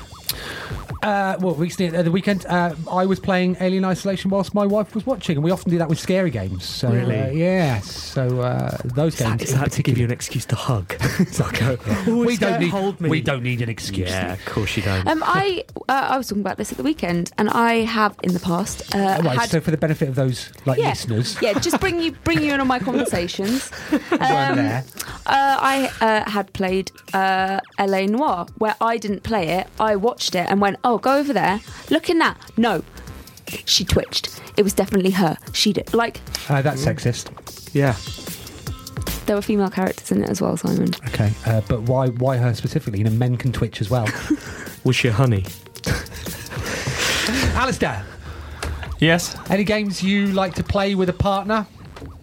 Uh, well, recently at the weekend, uh, I was playing Alien Isolation whilst my wife was watching, and we often do that with scary games. So,
Really?
Uh, yeah. So uh, those
Is that,
games.
is
in
that to give you an excuse to hug? so I go, "Oh,
particular-
it's gonna hold me.
We don't need an excuse.
Yeah, of course you don't.
Um, I uh, I was talking about this at the weekend, and I have in the past uh,
All right.
had
so for the benefit of those like
yeah,
listeners,
yeah, just bring you bring you in on my conversations.
I'm
Um,
there.
Uh, I uh, had played uh, LA Noir, where I didn't play it. I watched it and went, "Oh, go over there, look in that." No, she twitched. It was definitely her. She did. Like
Uh, that's sexist.
yeah.
there were female characters in it as well, Simon.
Okay. Uh, but why? Why her specifically? You know, men can twitch as well.
Was she a honey?
Alistair,
Yes.
any games you like to play with a partner?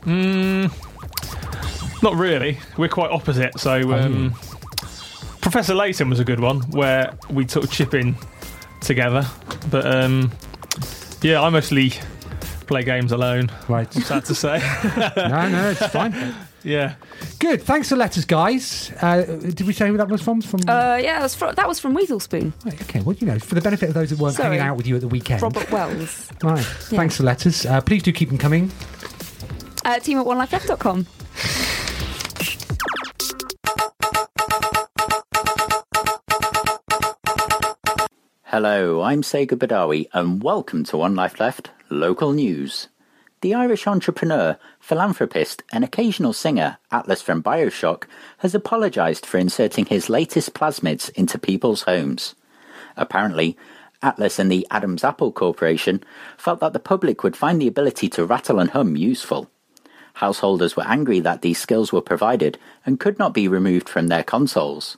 Hmm. Not really. We're quite opposite.
Oh,
So, um, Professor Layton was a good one where we took of chip in together. But um, yeah, I mostly play games alone.
Right.
Sad to say.
no, no, it's fine.
yeah.
Good. Thanks for letters, guys. Uh, did we say who that was from? From
Uh, yeah, that was, fro- that was from Weasel Spoon,
Right, okay, well, you know, for the benefit of those that weren't
Sorry.
hanging out with you at the weekend.
Robert Wells.
Right. Thanks for letters. Uh, please do keep them coming.
Uh, team at onelifeleft.com.
Hello, I'm Sega Badawi, and welcome to One Life Left Local News. The Irish entrepreneur, philanthropist, and occasional singer Atlas from Bioshock has apologised for inserting his latest plasmids into people's homes. Apparently, Atlas and the Adam's Apple Corporation felt that the public would find the ability to rattle and hum useful. Householders were angry that these skills were provided and could not be removed from their consoles.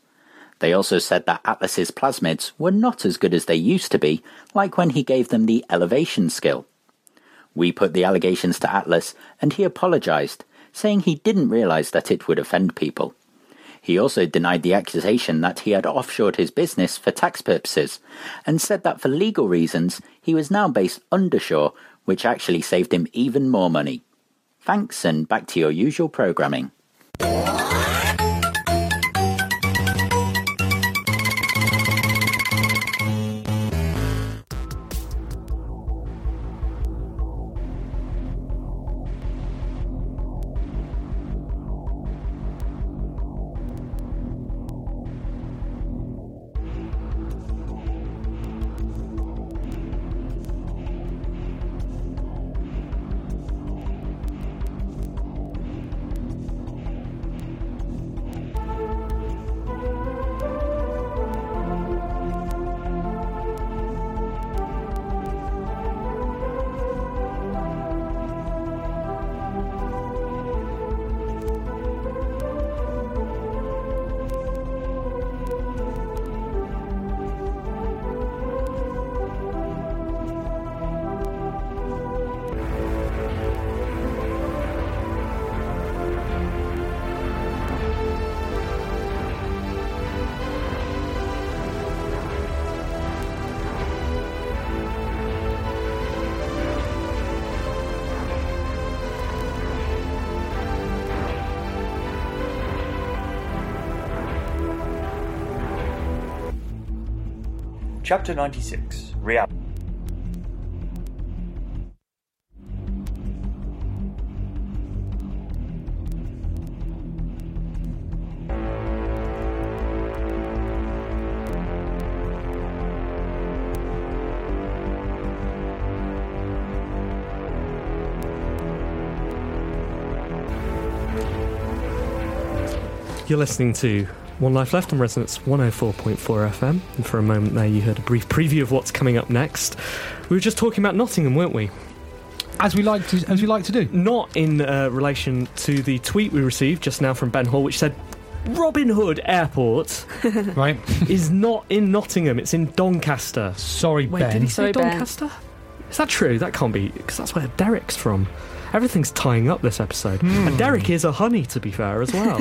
They also said that Atlas's plasmids were not as good as they used to be, like when he gave them the elevation skill. We put the allegations to Atlas, and he apologized, saying he didn't realise that it would offend people. He also denied the accusation that he had offshored his business for tax purposes and said that for legal reasons he was now based undershore, which actually saved him even more money. Thanks and back to your usual programming.
Chapter 96 Reality.
You're listening to One oh Life Left on Resonance 104.4 FM. And for a moment there, you heard a brief preview of what's coming up next. We were just talking about Nottingham, weren't we?
As we like to, as we like to do.
Not in uh, relation to the tweet we received just now from Ben Hall, which said Robin Hood Airport,
right,
is not in Nottingham. It's in Doncaster.
Sorry,
Wait,
Ben.
Did he say
Sorry, Ben.
Doncaster? Is that true? That can't be because that's where Derek's from. Everything's tying up this episode, and Derek is a honey, to be fair, as well.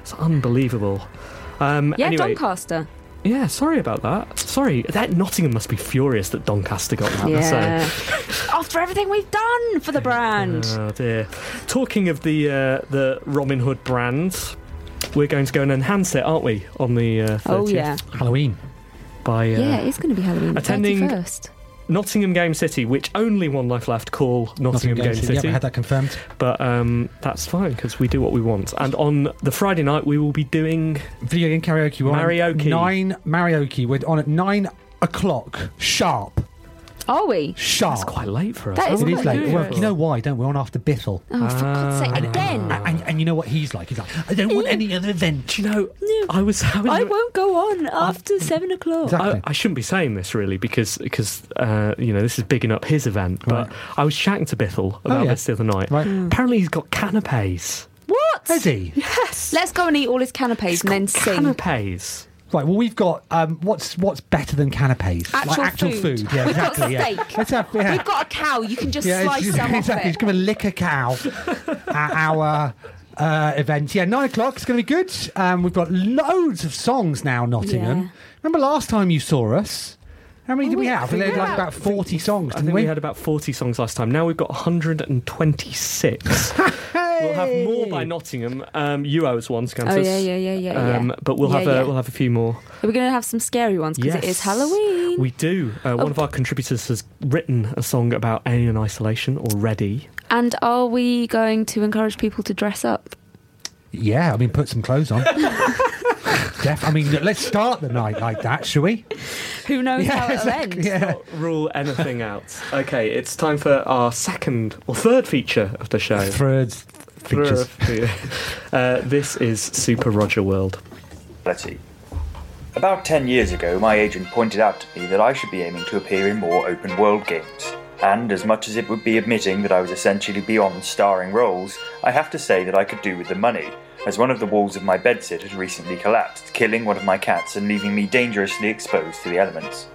it's unbelievable. Um,
Yeah,
anyway,
Doncaster.
yeah, sorry about that. Sorry, that Nottingham must be furious that Doncaster got that. uh,
Yeah.
So.
After everything we've done for the brand.
Oh dear. Talking of the uh, the Robin Hood brand, we're going to go and enhance it, aren't we? On the uh, 30th?
Oh, yeah.
Halloween by uh,
yeah. it's going to be Halloween.
attending-
Attending first.
Nottingham Game City, which only One Life Left call Nottingham, Game, City.
Yeah, we had that confirmed.
But um, that's fine because we do what we want. And on the Friday night, we will be doing
video game karaoke. We're on
Karaoke.
Nine Marioki. We're on at nine o'clock sharp.
Are we?
Sharp. That's
quite late for
us, That is
it
isn't
is
quite
late.
late
Well,
for us.
you know why, don't we? We're on after Biffle.
Oh, for God's
Ah,
sake, again.
And, and you know what he's like? He's like, I don't want any other event.
You know, I was. I, was,
I won't go on after seven o'clock.
I, I shouldn't be saying this really because because uh, you know this is bigging up his event. But I was chatting to Bithel about
Oh, yeah.
this the other night.
Right.
Hmm.
Apparently he's got canapes.
What?
Is he?
Yes. Let's go and eat all his canapes and then sing.
Canapes.
Right. Well, we've got um, what's what's better than canapes?
Actual,
like actual food. Yeah,
We've
exactly.
got
yeah.
steak.
Let's have- yeah.
We've got a cow. You can just
yeah, it's-
slice some off
exactly.
it.
He's going to lick a cow at our uh, event. Yeah, nine o'clock. It's going to be good. Um, we've got loads of songs now, Nottingham.
Yeah. Oh,
Remember last time you saw us? How many did we have? We had like about forty songs,
I
didn't
think
we?
we had about 40 songs last time. Now we've got 126. We'll have more by Nottingham. Um, you owe us one, Scantus.
Oh, yeah, yeah, yeah, yeah, yeah.
But we'll
Yeah,
have a,
yeah.
we'll have a few more.
We're going to have some scary ones because it is
Yes.
Halloween. Oh.
We do. Uh, One of our contributors has written a song about alien isolation already.
And are we going to encourage people to dress up?
Yeah, I mean, put some clothes on. Def- I mean, let's start the night like that, shall we?
Who knows
Yeah,
how it'll
exactly,
end?
yeah.
Not rule anything out. Okay, it's time for our second or third feature of the show.
Third features.
Third feature. uh, this is Super Roger World.
reality. About 10 years ago, my agent pointed out to me that I should be aiming to appear in more open world games. And as much as it would be admitting that I was essentially beyond starring roles, I have to say that I could do with the money, as one of the walls of my bedsit had recently collapsed, killing one of my cats and leaving me dangerously exposed to the elements.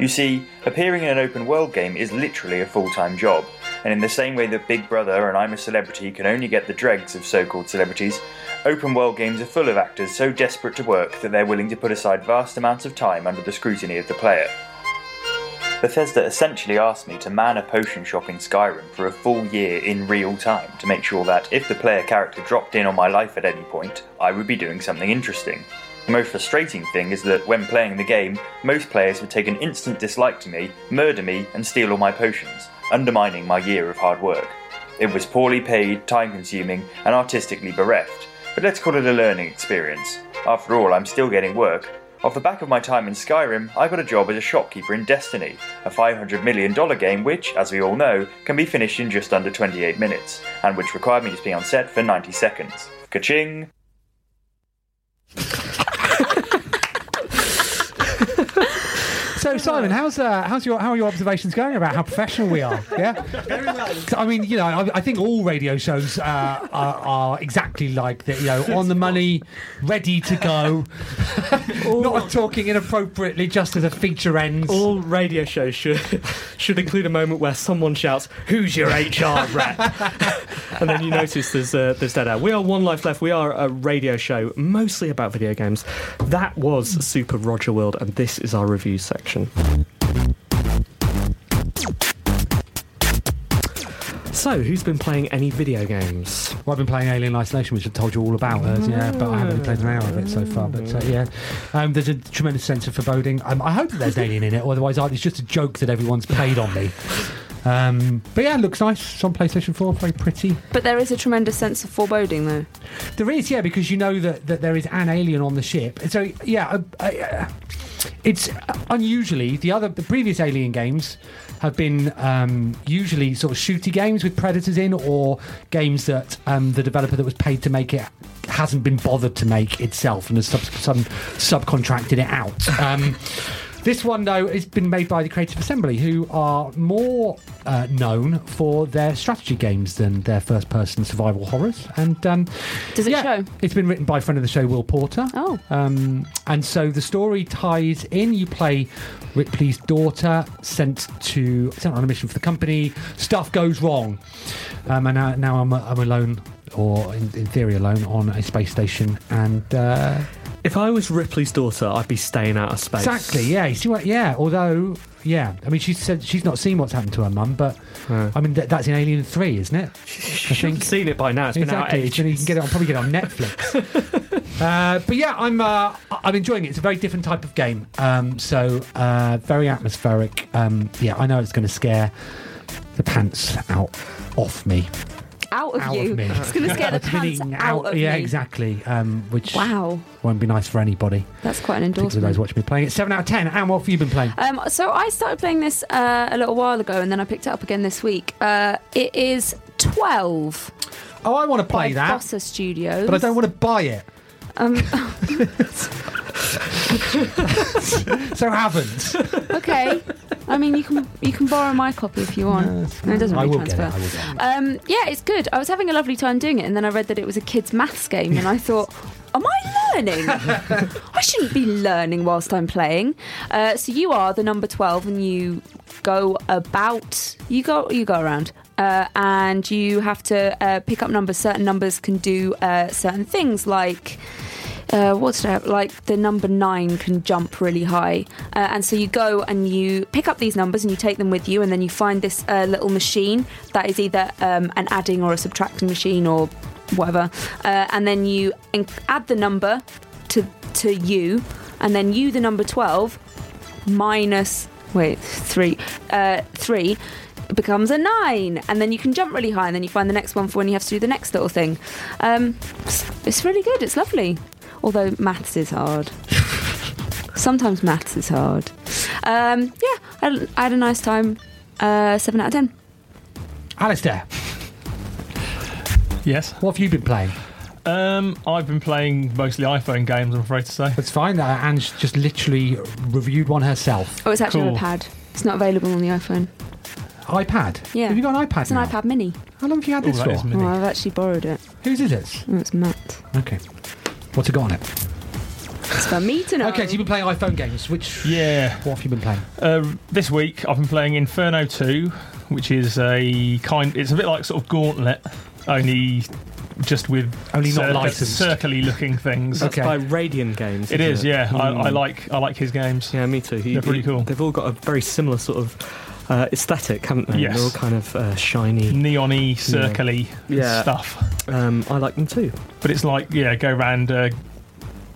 You see, appearing in an open world game is literally a full time job, And in the same way that Big Brother and I'm a Celebrity can only get the dregs of so called celebrities, open world games are full of actors so desperate to work that they're willing to put aside vast amounts of time under the scrutiny of the player. Bethesda essentially asked me to man a potion shop in Skyrim for a full year in real time to make sure that if the player character dropped in on my life at any point, I would be doing something interesting. The most frustrating thing is that when playing the game, most players would take an instant dislike to me, murder me, and steal all my potions, undermining my year of hard work. It was poorly paid, time consuming, and artistically bereft, but let's call it a learning experience. After all, I'm still getting work, off the back of my time in Skyrim, I got a job as a shopkeeper in Destiny, a $500 million game which, as we all know, can be finished in just under 28 minutes, and which required me to be on set for 90 seconds. Ka-ching!
So Simon, how's uh, how's your how are your observations going about how professional we are? Yeah,
Very well.
'Cause, I mean, you know, I, I think all radio shows uh, are, are exactly like that. You know, on the money, ready to go, not talking inappropriately just as a feature ends.
All radio shows should should include a moment where someone shouts, "Who's your HR rep?" and then you notice there's uh, there's dead air. We are one life left. We are a radio show mostly about video games. That was Super Roger World, and this is our review section. So, who's been playing any video games?
Well, I've been playing Alien Isolation, which I told you all about. uh, yeah, but I haven't played an hour of it so far. But uh, yeah, um, there's a tremendous sense of foreboding. Um, I hope that there's an alien in it, otherwise I, it's just a joke that everyone's played on me. Um, but yeah, it looks nice. It's on PlayStation 4, very pretty.
But there is a tremendous sense of foreboding, though.
There is, yeah, because you know that, that there is an alien on the ship. And So yeah, uh, uh, it's unusually the other the previous Alien games have been um, usually sort of shooty games with predators in, or games that um, the developer that was paid to make it hasn't been bothered to make itself and has sub- some subcontracted it out. Um, This one, though, has been made by the Creative Assembly, who are more uh, known for their strategy games than their first person survival horrors. And um,
Does it show?
it's been written by a friend of the show, Will Porter.
Oh.
Um, and so the story ties in. You play Ripley's daughter, sent to sent on a mission for the company. Stuff goes wrong, um, and now, now I'm, I'm alone, or in, in theory alone, on a space station. And uh,
If I was Ripley's daughter, I'd be staying out of space.
exactly, yeah. You see what? Yeah. Although, yeah. I mean, she said she's not seen what's happened to her mum, but
Uh,
I mean that, that's in Alien Three, isn't it? I
Should have seen it by now. It's
exactly.
been out
It's been- you
ages.
can get it on probably get it on Netflix. uh, but yeah, I'm uh, I- I'm enjoying it. It's a very different type of game. Um, so uh, very atmospheric. Um, yeah, I know it's going to scare the pants out off me.
Out of
Out
you.
of me.
It's going to scare the pants
Spinning
out, of
yeah,
me.
exactly. Um, which
Wow.
won't be nice for anybody.
That's quite an
Particularly
endorsement.
those watching me playing it. Seven out of ten. And what have you been playing?
Um, so I started playing this uh, a little while ago, and then I picked it up again this week. Uh, it is twelve.
Oh, I want to play
by
that,
Fossa Studios.
but I don't want to buy it.
Um,
So haven't.
okay. I mean, you can you can borrow my copy if you want. No, it doesn't
I
really
will get it.
transfer.
I will get it.
Um, yeah, it's good. I was having a lovely time doing it, and then I read that it was a kids' maths game, and I thought, am I learning? I shouldn't be learning whilst I'm playing. Uh, so you are the number twelve, and you go about you go you go around. Uh, and you have to uh, pick up numbers. Certain numbers can do uh, certain things, like uh, what's that? Like the number nine can jump really high, uh, and so you go and you pick up these numbers and you take them with you, and then you find this uh, little machine that is either um, an adding or a subtracting machine or whatever, uh, and then you in- add the number to to you, and then you the number twelve minus wait three uh, three becomes a nine and then you can jump really high and then you find the next one for when you have to do the next little thing um, it's, it's really good it's lovely although maths is hard sometimes maths is hard um, yeah I, I had a nice time uh, 7 out of 10
Alistair,
Yes.
what have you been playing?
Um, I've been playing mostly iPhone games, I'm afraid to say.
It's fine that Anne's just literally reviewed one herself.
oh it's actually
Cool.
on a iPad it's not available on the iPhone
iPad.
yeah
Have you got an iPad
it's an
now?
iPad mini
How long have you had
Oh,
this
that is
for?
oh,
mini.
I've actually borrowed it
Whose is it?
oh, it's Matt
Okay. What's it got on it?
it's for me to know
Okay, so you've been playing iPhone games. Which
Yeah.
what have you been playing?
Uh, this week I've been playing Inferno 2, which is a kind. It's a bit like sort of Gauntlet, only just with
Only not
cir-
licensed.
circly looking things.
That's by Radian Games.
It is,
isn't
yeah. I, I
Mm.
like I like his games.
Yeah, me too. He-
They're pretty
he-
cool.
They've all got a very similar sort of uh, aesthetic, haven't they?
Yes.
They're all kind of uh, shiny,
neony,
circly
circly stuff.
Um, I like them too.
But it's like yeah, go round a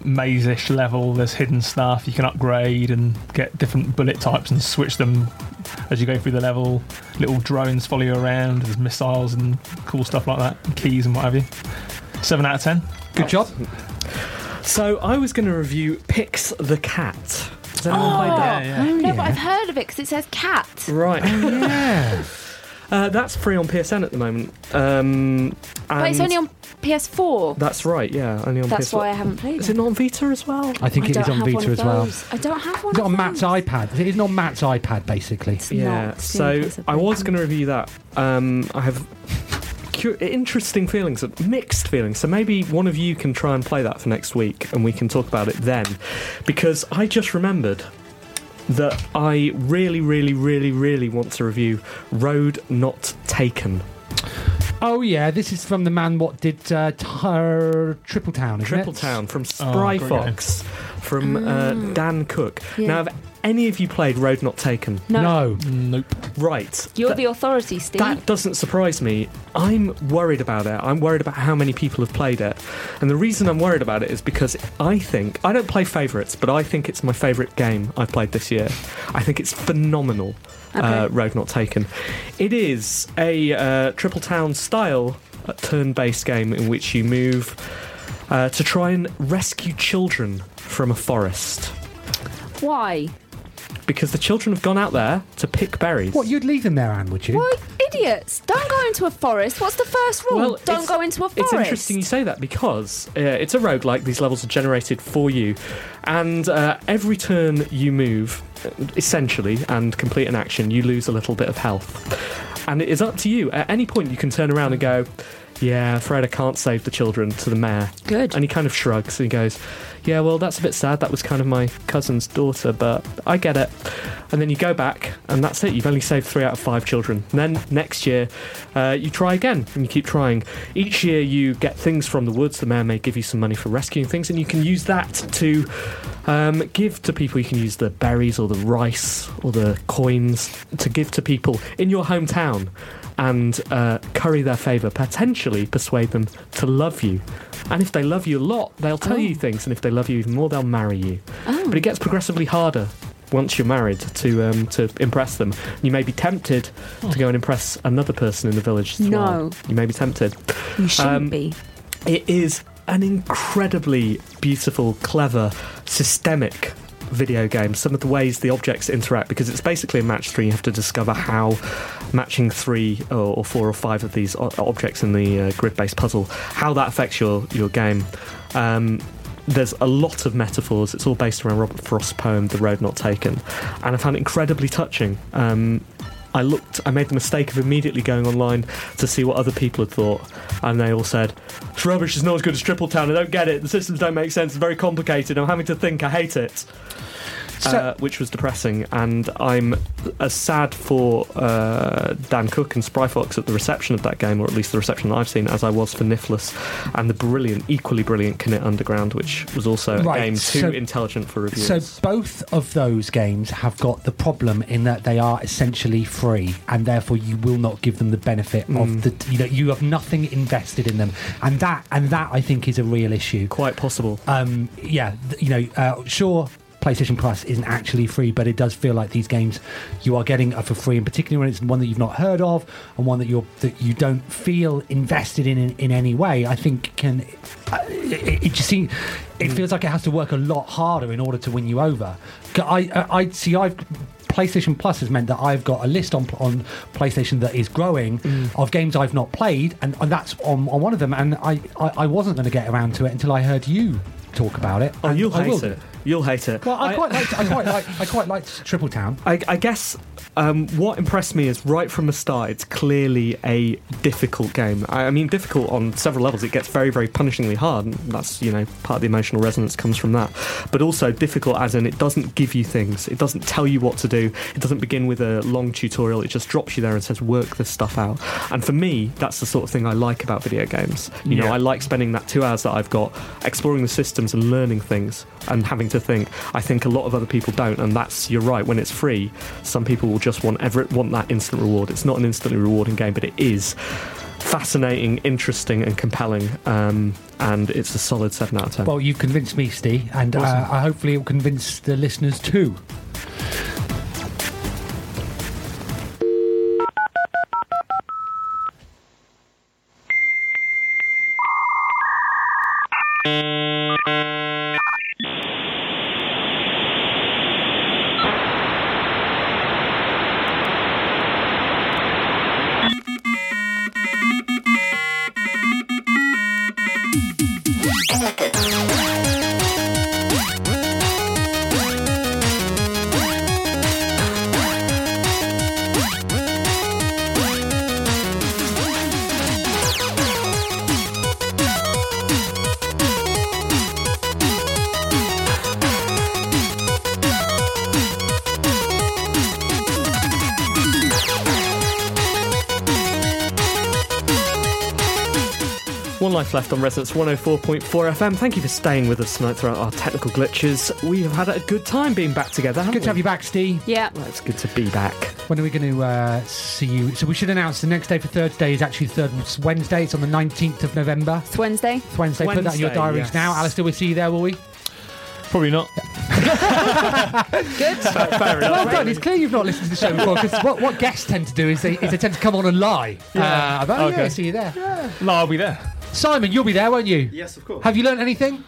maze-ish level. There's hidden stuff you can upgrade and get different bullet types and switch them as you go through the level. Little drones follow you around. There's missiles and cool stuff like that, and keys and what have you. Seven out of ten. Good job.
So I was going to review Pix the Cat. Has anyone
Ah.
played that?
Oh, No, but I've heard of it because it says cat.
Right.
Oh,
yeah. Uh, that's free on PSN at the moment. Um,
But it's
and-
only on PS4.
That's right. Yeah, only on
That's
PS4.
why I haven't played it. Is
it not on Vita as well?
I think it
don't
is on
have one
Vita
of
as well.
those. I don't have one.
It's not on
of
Matt's iPad. It's not Matt's iPad, basically.
yeah. So I was going to review that. Um, I have cu- interesting feelings, mixed feelings. So maybe one of you can try and play that for next week, and we can talk about it then, because I just remembered that I really, really, really, really want to review Road Not Taken.
Oh yeah, this is from the man what did uh, Tar- Triple Town, isn't
Triple
it?
Town from Spry
great
Fox from uh, Dan Cook.
Mm. Yeah.
Now, have any of you played Road Not Taken?
No.
Nope.
Right.
You're
That-
the authority, Steve.
That doesn't surprise me. I'm worried about it. I'm worried about how many people have played it. And the reason I'm worried about it is because I think, I don't play favourites, but I think it's my favourite game I've played this year. I think it's phenomenal, uh,
Okay.
Road Not Taken. It is a uh, Triple Town style turn based game in which you move uh, to try and rescue children from a forest.
Why?
Because the children have gone out there to pick berries.
What you'd leave them there, Anne? Would you?
What idiots? Don't go into a forest. What's the first rule?
Well,
don't
it's-
go into a
It's
forest.
interesting you say that because uh, it's a roguelike. These levels are generated for you. And uh, every turn you move, uh, essentially, and complete an action, you lose a little bit of health. And it is up to you. At any point, you can turn around and go, Yeah, Fred, I can't save the children to the mayor.
Good.
And he kind of shrugs and he goes, Yeah, well, that's a bit sad. That was kind of my cousin's daughter, but I get it. And then you go back, and that's it. You've only saved three out of five children. And then next year, uh, you try again, and you keep trying. Each year, you get things from the woods. The mayor may give you some money for rescuing things, and you can use that to um, give to people. You can use the berries or the rice or the coins to give to people in your hometown and uh, curry their favour, potentially persuade them to love you. And if they love you a lot, they'll tell you things, and if they love you even more, they'll marry you. But it gets progressively harder once you're married to um, to impress them. You may be tempted to go and impress another person in the village. As
No.
well. you may be tempted.
You shouldn't
Um,
be.
it is an incredibly beautiful, clever, systemic video game. Some of the ways the objects interact, because it's basically a match three, you have to discover how matching three or, or four or five of these o- objects in the uh, grid based puzzle, how that affects your, your game. Um, there's a lot of metaphors. It's all based around Robert Frost's poem, The Road Not Taken. And I found it incredibly touching. Um, I looked, I made the mistake of immediately going online to see what other people had thought, and they all said, It's rubbish, it's not as good as Triple Town, I don't get it, the systems don't make sense, it's very complicated, I'm having to think, I hate it. uh, which was depressing, and I'm as sad for uh, Dan Cook and Spryfox at the reception of that game, or at least the reception that I've seen, as I was for Niflus and the brilliant, equally brilliant Knit Underground, which was also a
Right,
game too
so-
intelligent for reviews.
So both of those games have got the problem in that they are essentially free, and therefore you will not give them the benefit
Mm.
of the. You know, you have nothing invested in them, and that and that I think is a real issue.
Quite possible.
Um, yeah, th- you know, uh, sure. PlayStation Plus isn't actually free, but it does feel like these games you are getting are for free, and particularly when it's one that you've not heard of and one that you're that you don't feel invested in in, in any way. I think can uh, it, it just seems it feels like it has to work a lot harder in order to win you over. 'Cause I, I I see I've PlayStation Plus has meant that I've got a list on on PlayStation that is growing
Mm.
of games I've not played, and, and that's on, on one of them. And I, I, I wasn't going to get around to it until I heard you talk about it.
Oh,
and
you'll
I
hate
will.
it. You'll hate it.
Well, I, quite liked. I quite liked. I quite liked Triple Town.
I, I guess um, what impressed me is right from the start, it's clearly a difficult game. I, I mean, difficult on several levels. It gets very, very punishingly hard. And that's, you know, part of the emotional resonance comes from that. But also difficult as in it doesn't give you things, it doesn't tell you what to do, it doesn't begin with a long tutorial, it just drops you there and says, work this stuff out. And for me, that's the sort of thing I like about video games. You know,
Yeah.
I like spending that two hours that I've got exploring the systems and learning things and having to think. I think a lot of other people don't, and that's you're right. When it's free, some people will just want ever want that instant reward. It's not an instantly rewarding game, but it is fascinating, interesting, and compelling. Um, and it's a solid seven out of ten.
Well, you've convinced me, Steve, and uh,
Awesome.
I hopefully it will convince the listeners too.
One oh life left on Resonance 104.4 FM. Thank you for staying with us tonight throughout our technical glitches. We have had a good time being back together. Haven't
Good
we?
to have you back, Steve.
Yeah.
It's good to be back.
When are we going to uh, see you? So we should announce the next day for third day is actually third Wednesday. It's on the nineteenth of November. It's
Wednesday. It's
Wednesday. Put that in your
Wednesday,
diaries
yes.
now, Alistair. We'll see you there, will we?
Probably not.
Good. well done. It's clear you've not listened to the show before because what, what guests tend to do is they, is they tend to come on and lie.
Yeah.
Uh, about, oh, yeah,
Okay.
I see you there.
No, I'll be there.
Simon, you'll be there, won't you?
Yes, of course.
Have you learnt anything?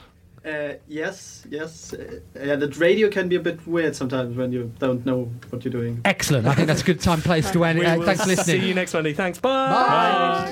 Uh, yes, yes. Uh, yeah, the radio can be a bit weird sometimes when you don't know what you're doing.
Excellent. I think that's a good time place to end.
We
Uh,
will
thanks for listening.
See you next Monday. Thanks. Bye.